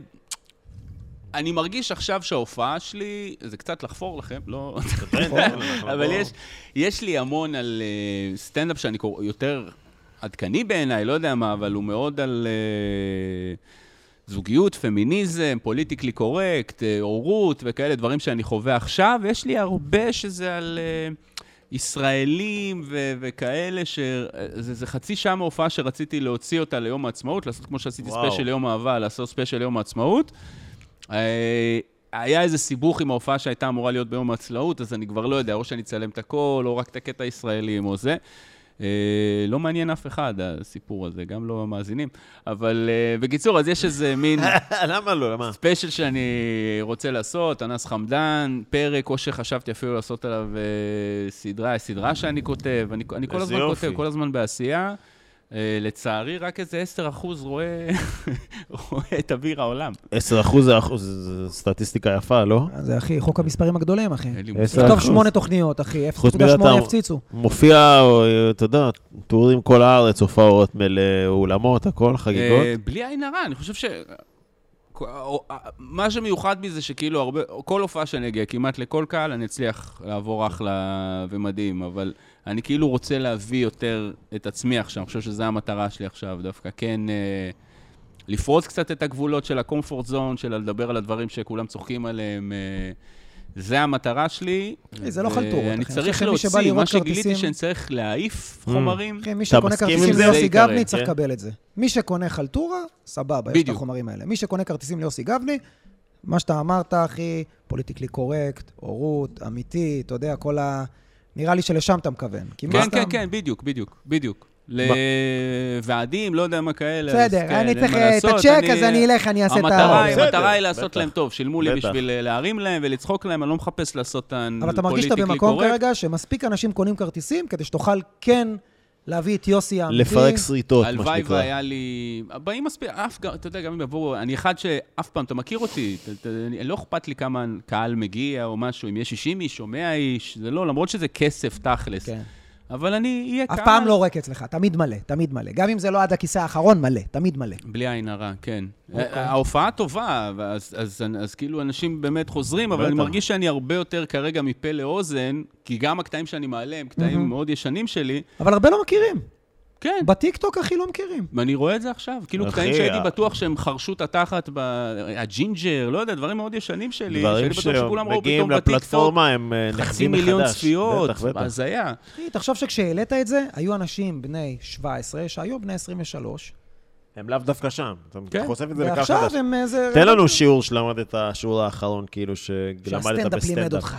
אני מרגיש עכשיו שההופעה שלי, זה קצת לחפור לכם, לא...
נכון,
אבל יש, יש לי המון על אה, סטנדאפ שאני קורא, יותר עדכני בעיניי, לא יודע מה, אבל הוא מאוד על אה, זוגיות, פמיניזם, פוליטיקלי קורקט, אה, הורות וכאלה דברים שאני חווה עכשיו. יש לי הרבה שזה על אה, ישראלים ו- וכאלה, ש- אה, זה, זה חצי שעה מההופעה שרציתי להוציא אותה ליום העצמאות, לעשות כמו שעשיתי
וואו.
ספיישל ליום אהבה, לעשות ספיישל ליום העצמאות. אה, היה איזה סיבוך עם ההופעה שהייתה אמורה להיות ביום העצלאות, אז אני כבר לא יודע, או שאני אצלם את הכל, או רק את הקטע הישראלים, או זה. אה, לא מעניין אף אחד, הסיפור הזה, גם לא המאזינים. אבל אה, בקיצור, אז יש איזה מין
למה לא? למה?
ספיישל שאני רוצה לעשות, אנס חמדן, פרק, או שחשבתי אפילו לעשות עליו אה, סדרה, סדרה שאני כותב, אני, אני כל
איזה
הזמן
יופי.
כותב, כל הזמן בעשייה. אה, לצערי, רק איזה 10% רואה, רואה את אוויר העולם.
10 אחוז זה אחוז, זה סטטיסטיקה יפה, לא?
זה אחי, חוק המספרים הגדולים, אחי.
אין לי
עשר
מושג.
תכתוב
אחוז.
שמונה תוכניות, אחי,
חוץ
0.8
מזה אתה-
יפציצו.
מופיע, אה, אתה יודע, טורים כל הארץ, הופעות מלא אולמות, הכל, חגיגות.
אה, בלי עין הרע, אני חושב ש... אה, מה שמיוחד בי זה שכאילו הרבה, כל הופעה שאני אגיע כמעט לכל קהל, אני אצליח לעבור אחלה ומדהים, אבל אני כאילו רוצה להביא יותר את עצמי עכשיו, אני חושב שזו המטרה שלי עכשיו, דווקא כן אה, לפרוץ קצת את הגבולות של הקומפורט זון, של לדבר על הדברים שכולם צוחקים עליהם, אה, זה המטרה שלי.
זה לא חלטורה, אתה
אני
חושב
צריך
שמי שבא
להוציא,
לראות
מה שגיליתי
כרטיסים- Mm. כן.
שאני צריך להעיף חומרים.
אחי, מי
אתה
שקונה
מסכים עם
כרטיסים
זה?
ליוסי
זה עיקרי,
גבני צריך
כן.
לקבל את זה. מי שקונה חלטורה, סבבה, יש את
בדיוק.
החומרים האלה. מי שקונה כרטיסים ליוסי גבני, מה שאתה אמרת, אחי, פוליטיקלי קורקט, הורות, אמיתי, אתה יודע, כל ה... נראה לי שלשם אתה מכוון. כי מן
כן,
הסתם-
כן, כן, בדיוק, בדיוק, בדיוק. לוועדים, לא יודע מה כאלה. אז
בסדר,
כן,
אני
אין
צריך
מה
אה, את
לעשות,
הצ'ק, אז אני אלך, אני אעשה את
המטרה
ה...
היא-
בסדר,
המטרה היא לעשות
בטח.
להם טוב, שילמו לי
בטח.
בשביל אה, להרים להם ולצחוק להם, אני לא מחפש לעשות את הפוליטיקלי
אבל אתה מרגיש שאתה במקום כרגע שמספיק אנשים קונים כרטיסים כדי שתוכל כן להביא את יוסי האמיתי.
לפרק שריטות, מה
כן. הלוואי
שנקרא.
והיה לי... באים מספיק, אף גם, אתה יודע, גם אם יבואו, אני אחד שאף פעם, אתה מכיר אותי, ת- ת- אני- לא אכפת לי כמה קהל מגיע או משהו, אם יש 60 איש או 100 איש, זה לא, למרות שזה כסף תכלס.
כן.
אבל אני אהיה קהל...
אף פעם לא ריק אצלך, תמיד מלא, תמיד מלא. גם אם זה לא עד הכיסא האחרון, מלא, תמיד מלא.
בלי עין הרע, כן.
אוקיי.
ההופעה טובה, אז, אז, אז כאילו אנשים באמת חוזרים, אבל
בטח.
אני מרגיש שאני הרבה יותר כרגע מפה לאוזן, כי גם הקטעים שאני מעלה הם קטעים מאוד ישנים שלי.
אבל הרבה לא מכירים.
כן.
בטיקטוק, אחי, לא מכירים.
ואני רואה את זה עכשיו, כאילו
אחי,
קטעים
ה-
שהייתי בטוח שהם חרשו את התחת, ב... הג'ינג'ר, לא יודע, דברים מאוד ישנים שלי,
דברים
שהייתי בטוח שכולם ראו
שמגיעים
פתאום בטיקטוק,
לפלטפורמה הם אה,
חצי
נחזים מחדש.
מיליון צפיות,
בטח, בטח.
הזיה.
אחי, תחשוב שכשהעלית את זה, היו אנשים בני 17 שהיו בני 23,
הם לאו דווקא שם. אתה
כן.
חושף את זה לקהל
ועכשיו
חדש.
הם איזה...
תן
לא-
לנו שיעור שלמדת, השיעור האחרון, כאילו, שלמדת
שהסטנדאפ לימד
בסטנדאפ.
אותך.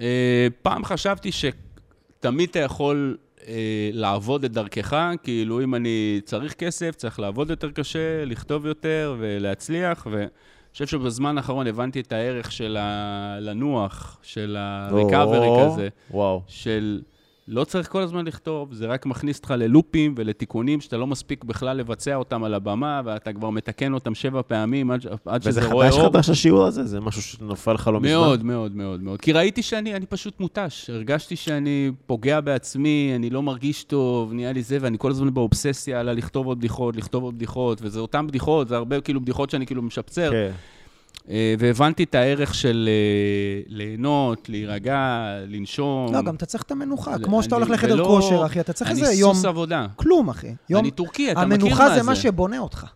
אה, פעם חשבתי שתמיד אתה יכול אה, לעבוד את דרכך, כאילו אם אני צריך כסף, צריך לעבוד יותר קשה, לכתוב יותר ולהצליח, ואני חושב שבזמן האחרון הבנתי את הערך של ה... לנוח, של ה-recovery
או,
כזה.
וואו.
של לא צריך כל הזמן לכתוב, זה רק מכניס אותך ללופים ולתיקונים שאתה לא מספיק בכלל לבצע אותם על הבמה, ואתה כבר מתקן אותם שבע פעמים עד, ש- עד
וזה
שזה רואה
חדש
אור.
חדש השיעור הזה? זה משהו שנפל לך לא מזמן?
מאוד, מאוד, מאוד, מאוד. כי ראיתי שאני אני פשוט מותש. הרגשתי שאני פוגע בעצמי, אני לא מרגיש טוב, נהיה לי זה, ואני כל הזמן באובססיה על הלכתוב עוד בדיחות, לכתוב עוד בדיחות, וזה אותן בדיחות, זה הרבה כאילו בדיחות שאני כאילו משפצר.
כן.
אה, והבנתי את הערך של אה, ליהנות, להירגע, לנשום.
לא, גם אתה צריך את המנוחה.
זה-
כמו שאתה הולך
אני-
לחדר
ולא-
כושר, אחי, אתה צריך איזה יום...
אני סוס עבודה.
כלום, אחי. יום...
אני טורקי, אתה מכיר מה זה.
המנוחה זה מה שבונה אותך.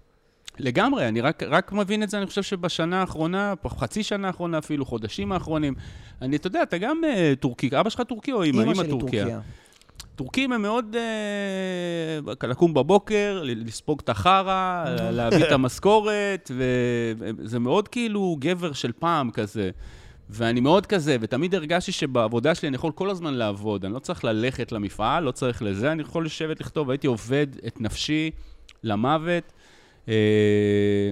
לגמרי, אני רק, רק מבין את זה, אני חושב שבשנה האחרונה, פח- חצי שנה האחרונה אפילו, חודשים האחרונים. אני, אתה יודע, אתה גם אה, טורקי, אבא שלך טורקי או אמא?
אמא
אמא
שלי
טורקיה.
טורקיה.
טורקים הם מאוד... אה, לקום בבוקר, ל- לספוג את החרא, ל- להביא את המשכורת, וזה מאוד כאילו גבר של פעם כזה. ואני מאוד כזה, ותמיד הרגשתי שבעבודה שלי אני יכול כל הזמן לעבוד, אני לא צריך ללכת למפעל, לא צריך לזה, אני יכול לשבת לכתוב, הייתי עובד את נפשי למוות. אה,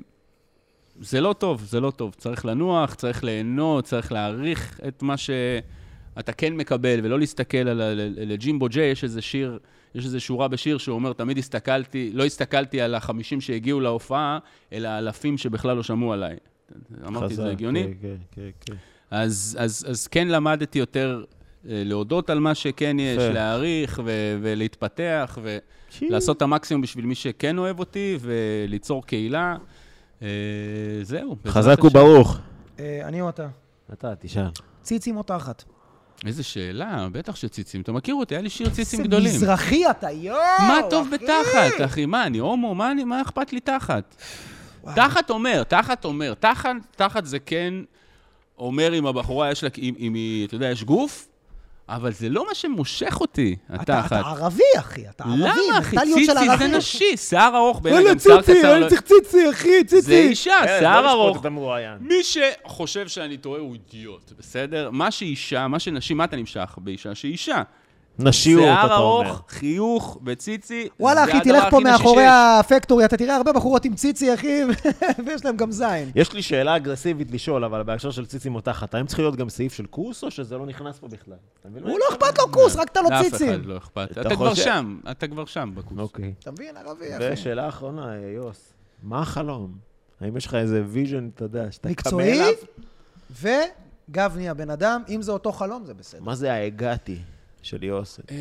זה לא טוב, זה לא טוב. צריך לנוח, צריך ליהנות, צריך להעריך את מה שאתה כן מקבל, ולא להסתכל על... ה- ל- לג'ימבו ג'יי יש איזה שיר, יש איזה שורה בשיר שאומר, תמיד הסתכלתי, לא הסתכלתי על החמישים שהגיעו להופעה, אלא האלפים שבכלל לא שמעו עליי. אמרתי, זה
חזק,
הגיוני?
כן, כן, כן, כן.
אז, אז, אז כן למדתי יותר אה, להודות על מה שכן יש,
יפה.
להעריך ו- ולהתפתח ולעשות את המקסימום בשביל מי שכן אוהב אותי וליצור קהילה. אה, זהו. בעזרת
חזק
השם.
וברוך.
אה, אני או אתה?
אתה, תשאל.
ציצים או תחת?
איזה שאלה, בטח שציצים. אתה מכיר אותי, היה לי שיר ציצים
איזה
גדולים.
מזרחי אתה, יואו!
מה טוב
אחי.
בתחת, אחי? מה, אני הומו? מה, אני, מה אכפת לי תחת? תחת אומר, תחת אומר. תחת, תחת זה כן אומר אם הבחורה יש לה, אם, אם היא, אתה יודע, יש גוף, אבל זה לא מה שמושך אותי,
אתה, אתה
התחת.
ערבי, אחי, אתה ערבי.
למה, אחי?
מנטליות של
ציצי זה
ערבי.
נשי, שיער ארוך בעיניי,
אלה
גם שיער
ציצי,
קצר.
אני
לא-
צריך ציצי, אחי, ציצי.
זה
כן,
אישה, אה,
לא
שיער ארוך.
ארוך.
מי שחושב שאני טועה הוא אידיוט, בסדר? מה שאישה, מה שנשים, מה אתה נמשך באישה? שאישה.
נשיות,
שיער
אתה אומר.
ארוך, חיוך וציצי,
וואלה,
זה
אחי,
הדבר
תלך
הכי
פה
נשי
מאחורי
שיש.
הפקטורי, אתה תראה הרבה בחורות עם ציצי, אחי, ויש להם גם זין.
יש לי שאלה אגרסיבית לשאול, אבל בהקשר של ציצים או תחת, האם צריך להיות גם סעיף של כוס, או שזה לא נכנס פה בכלל? אתה מבין מה
הוא
אני
לא אכפת לו כוס, רק אתה לא
לאף
ציצי.
אחד לא אכפת.
אתה
אתה כבר
חושב-
שם, אתה כבר שם בקורס.
אוקיי.
אתה מבין, ערבי, אחי.
ושאלה אחרונה, יוס, מה החלום? האם יש לך איזה ויז'ן, אתה יודע, שאתה קמה
מקצועי,
אליו?
וגבני הבן אדם, אם זה אותו חלום, זה בסדר.
מה זה ההגעתי של יוס?
אה,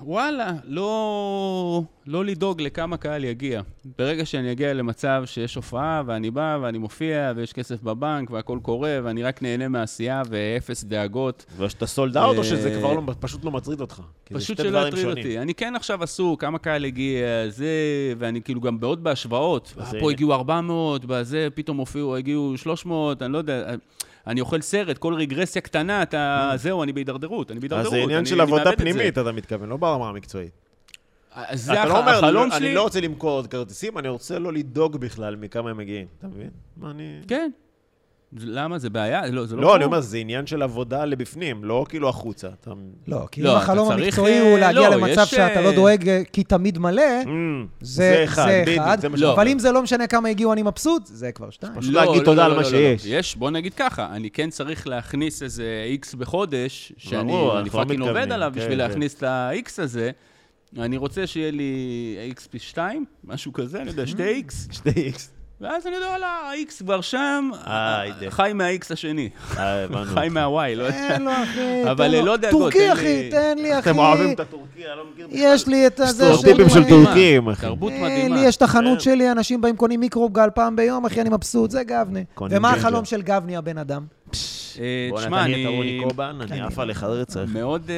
וואלה, לא, לא לדאוג לכמה קהל יגיע. ברגע שאני אגיע למצב שיש הופעה, ואני בא, ואני מופיע, ויש כסף בבנק, והכול קורה, ואני רק נהנה מהעשייה, ואפס דאגות.
ושאתה סולד אאוט, או
אה,
שזה כבר לא- פשוט לא מטריד אותך? כי זה
פשוט
שתי
שלא
דברים
יטריד
שונים.
אותי. אני כן עכשיו עסוק, כמה קהל הגיע, זה, ואני כאילו גם מאוד בהשוואות.
אז
אה,
הנה.
פה הגיעו 400, בזה פתאום הופיעו, הגיעו 300, אני לא יודע. אני אוכל סרט, כל רגרסיה קטנה, אתה... זהו, אני בהידרדרות, אני בהידרדרות.
Mm. אז זה עניין
אני-
של
אני מאבד
עבודה
את זה.
פנימית, אתה מתכוון, לא ברמה המקצועית.
אז זה
אתה לא אומר,
החלום
"אני-
שלי.
אני לא רוצה למכור עוד כרטיסים, אני רוצה לא לדאוג בכלל מכמה הם מגיעים. אתה מבין? מה אני...
כן. זה- למה? זה בעיה? לא, זה לא...
לא, אני
פה.
אומר, זה עניין של עבודה לבפנים, לא כאילו החוצה. אתה-
לא, כי אם
לא, אתה
החלום
צריך,
המקצועי
אה,
הוא להגיע
לא,
למצב
יש,
שאתה לא
אה,
דואג אה, כי תמיד מלא,
Mm.
אמ,
זה אחד.
בדיוק, זה מה
לא.
שאתה
אבל
אומר.
אם זה לא משנה כמה הגיעו, אני מבסוט, זה כבר שתיים.
פשוט להגיד
לא,
תודה על מה שיש.
יש, בוא נגיד ככה, אני כן צריך להכניס איזה איקס בחודש,
ברור,
שאני אני
אנחנו לא
פאקינג עובד
מתכוונים,
עליו
כן,
בשביל
כן.
להכניס את האיקס הזה. אני רוצה שיהיה לי איקס פי שתיים, משהו כזה, אני יודע, שתי איקס,
שתי איקס.
ואז אני יודע, וואלה, האיקס כבר שם,
אה, איי, די.
חי מהאיקס השני,
אה, הבנו.
חי מהוואי, לא יודע.
תן לו, אחי,
אבל
תן לו.
לא יודע,
טורקי,
גול, תן
אחי,
לי-
תן לי, אחי.
אתם אוהבים את הטורקי, אני לא מכיר בכלל.
יש לי את הזה
סטריאוטיפים של
אה,
טורקי. כן. טורקים, אחי.
תרבות
אה,
מדהימה.
לי יש את החנות שלי, אנשים באים, קונים מיקרוגל פעם ביום, אחי, אני מבסוט, זה גבני.
קונים
ומה
ג'ינג'ר.
החלום של גבני הבן אדם?
אה,
בואנה,
תשמע,
אתה נהיית רוני
אני...
קובן,
כן.
אני עף עליך רצח.
מאוד אה,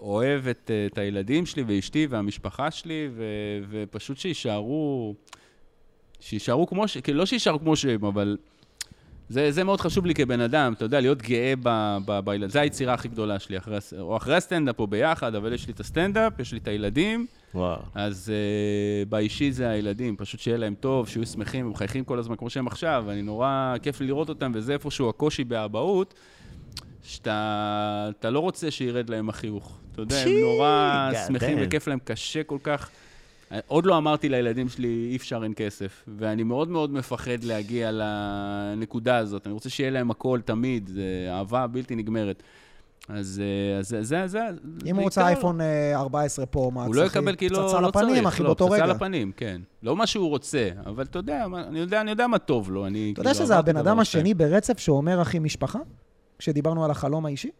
אוהב את, אה, את הילדים שלי ואשתי והמשפחה שלי, ו, ופשוט שיישארו, שיישארו כמו ש... כאילו, לא שיישארו כמו שהם, אבל זה, זה מאוד חשוב לי כבן אדם, אתה יודע, להיות גאה ב- ב- בילד. זו היצירה הכי גדולה שלי, אחרי, הס- או אחרי הסטנדאפ או ביחד, אבל יש לי את הסטנדאפ, יש לי את הילדים,
וואו.
נכון.
אז uh, באישי זה הילדים, פשוט שיהיה להם טוב, שיהיו שמחים, הם מחייכים כל הזמן כמו שהם עכשיו, אני נורא כיף לי לראות אותם, וזה איפשהו הקושי באבהות, שאתה אתה לא רוצה שירד להם החיוך. אתה יודע, הם
פשי,
נורא
God
שמחים
damn.
וכיף להם, קשה כל כך. עוד לא אמרתי לילדים שלי, אי אפשר אין כסף, ואני מאוד מאוד מפחד להגיע לנקודה הזאת. אני רוצה שיהיה להם הכל תמיד, זה אהבה בלתי נגמרת. אז אה, אז זה, זה, זה,
אם הוא
בעיקר-
רוצה אייפון אה, 14 פה, מה צריך?
הוא לא יקבל כי לא,
פצצה
לא
לפנים,
צריך,
אחי,
לא,
באותו
פצצה
רגע.
לפנים, כן. לא מה שהוא רוצה, אבל אתה יודע, מה- אני יודע, אני יודע מה טוב לו. אני,
לא,
אתה יודע
כאילו,
שזה
אמרתי
הבן
דבר
אדם
אחר.
השני ברצף שאומר, אחי, משפחה? כשדיברנו על החלום האישי?
אה,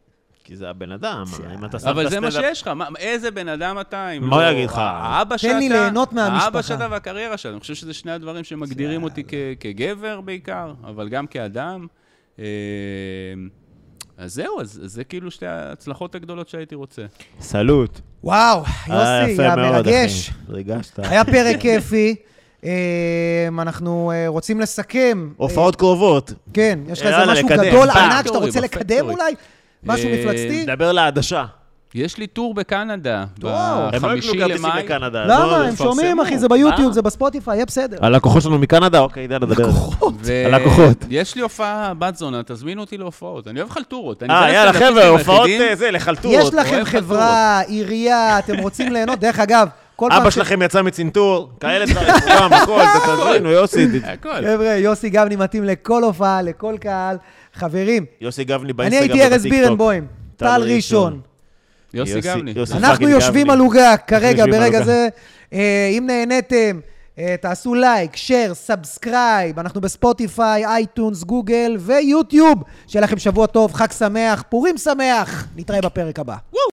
כי זה הבן אדם, אם אתה שם את
אבל זה מה
הסטנדאפ...
שיש לך, מה- איזה בן אדם אתה, אם
מה
לא
יגיד לך?
האבא שאתה,
לי ליהנות מהמשפחה.
האבא שאתה והקריירה שלך. אני חושב שזה שני הדברים שמגדירים אותי כ- כגבר בעיקר, אבל גם כאדם. אה, אז זהו, אז אז זה כאילו שתי ההצלחות הגדולות שהייתי רוצה.
סלוט.
וואו,
אה,
יוסי,
יפה
יא
מאוד, אחי.
מרגש.
ריגשת.
היה פרק כיפי. אמ, אנחנו אה, רוצים לסכם.
הופעות קרובות.
אה, כן, יש לך איזה
יאללה,
משהו
לקדם.
גדול,
פעם.
ענק, שאתה רוצה
בפקטורי,
לקדם
בפקטורי.
אולי? משהו
אה,
מפלצתי?
נדבר לעדשה.
יש לי טור בקנדה,
וואו.
הם לא יקנו
בחמישי
כרטיסים
למאי.
לקנדה. אז לא
למה? הם
יפרסמו.
שומעים, אחי, זה ביוטיוב, זה בספוטיפיי, יהיה בסדר.
הלקוחות שלנו מקנדה, אוקיי, יאללה, נדבר. לקוחות.
ו-
הלקוחות.
יש לי הופעה בת זונה, תזמינו אותי להופעות. אני אוהב חלטורות. אני
אה,
בין
יאללה,
הסטנדאפיסטים
חבר'ה, הופעות
היחידים-
אה, זה, לחלטורות.
יש לכם
אוהב
חברה, עירייה, אתם רוצים ליהנות? דרך אגב, כל פעם...
אבא
ש-
שלכם יצא מצנתור, כאלה דברים, גם, הכל, תבינו, יוסי. ת-
הכל.
חבר'ה, יוסי גבני מתאים לכל הופעה, לכל קהל. חברים,
יוסי גבני
אני
באינסטגרם
הייתי ארז
ובטיקטוק.
בירנבוים, טל ראשון.
יוסי גבני.
יוסי
אנחנו
פאקינג
יושבים
גבני.
על עוגה כרגע,
יושבים על
ברגע
עוגה.
זה. אה, אם נהניתם, אה, תעשו לייק, שייר, סאבסקרייב. אנחנו בספוטיפיי, אייטונס, גוגל ויוטיוב. שיהיה לכם שבוע טוב, חג שמח, פורים שמח. נתראה בפרק הבא.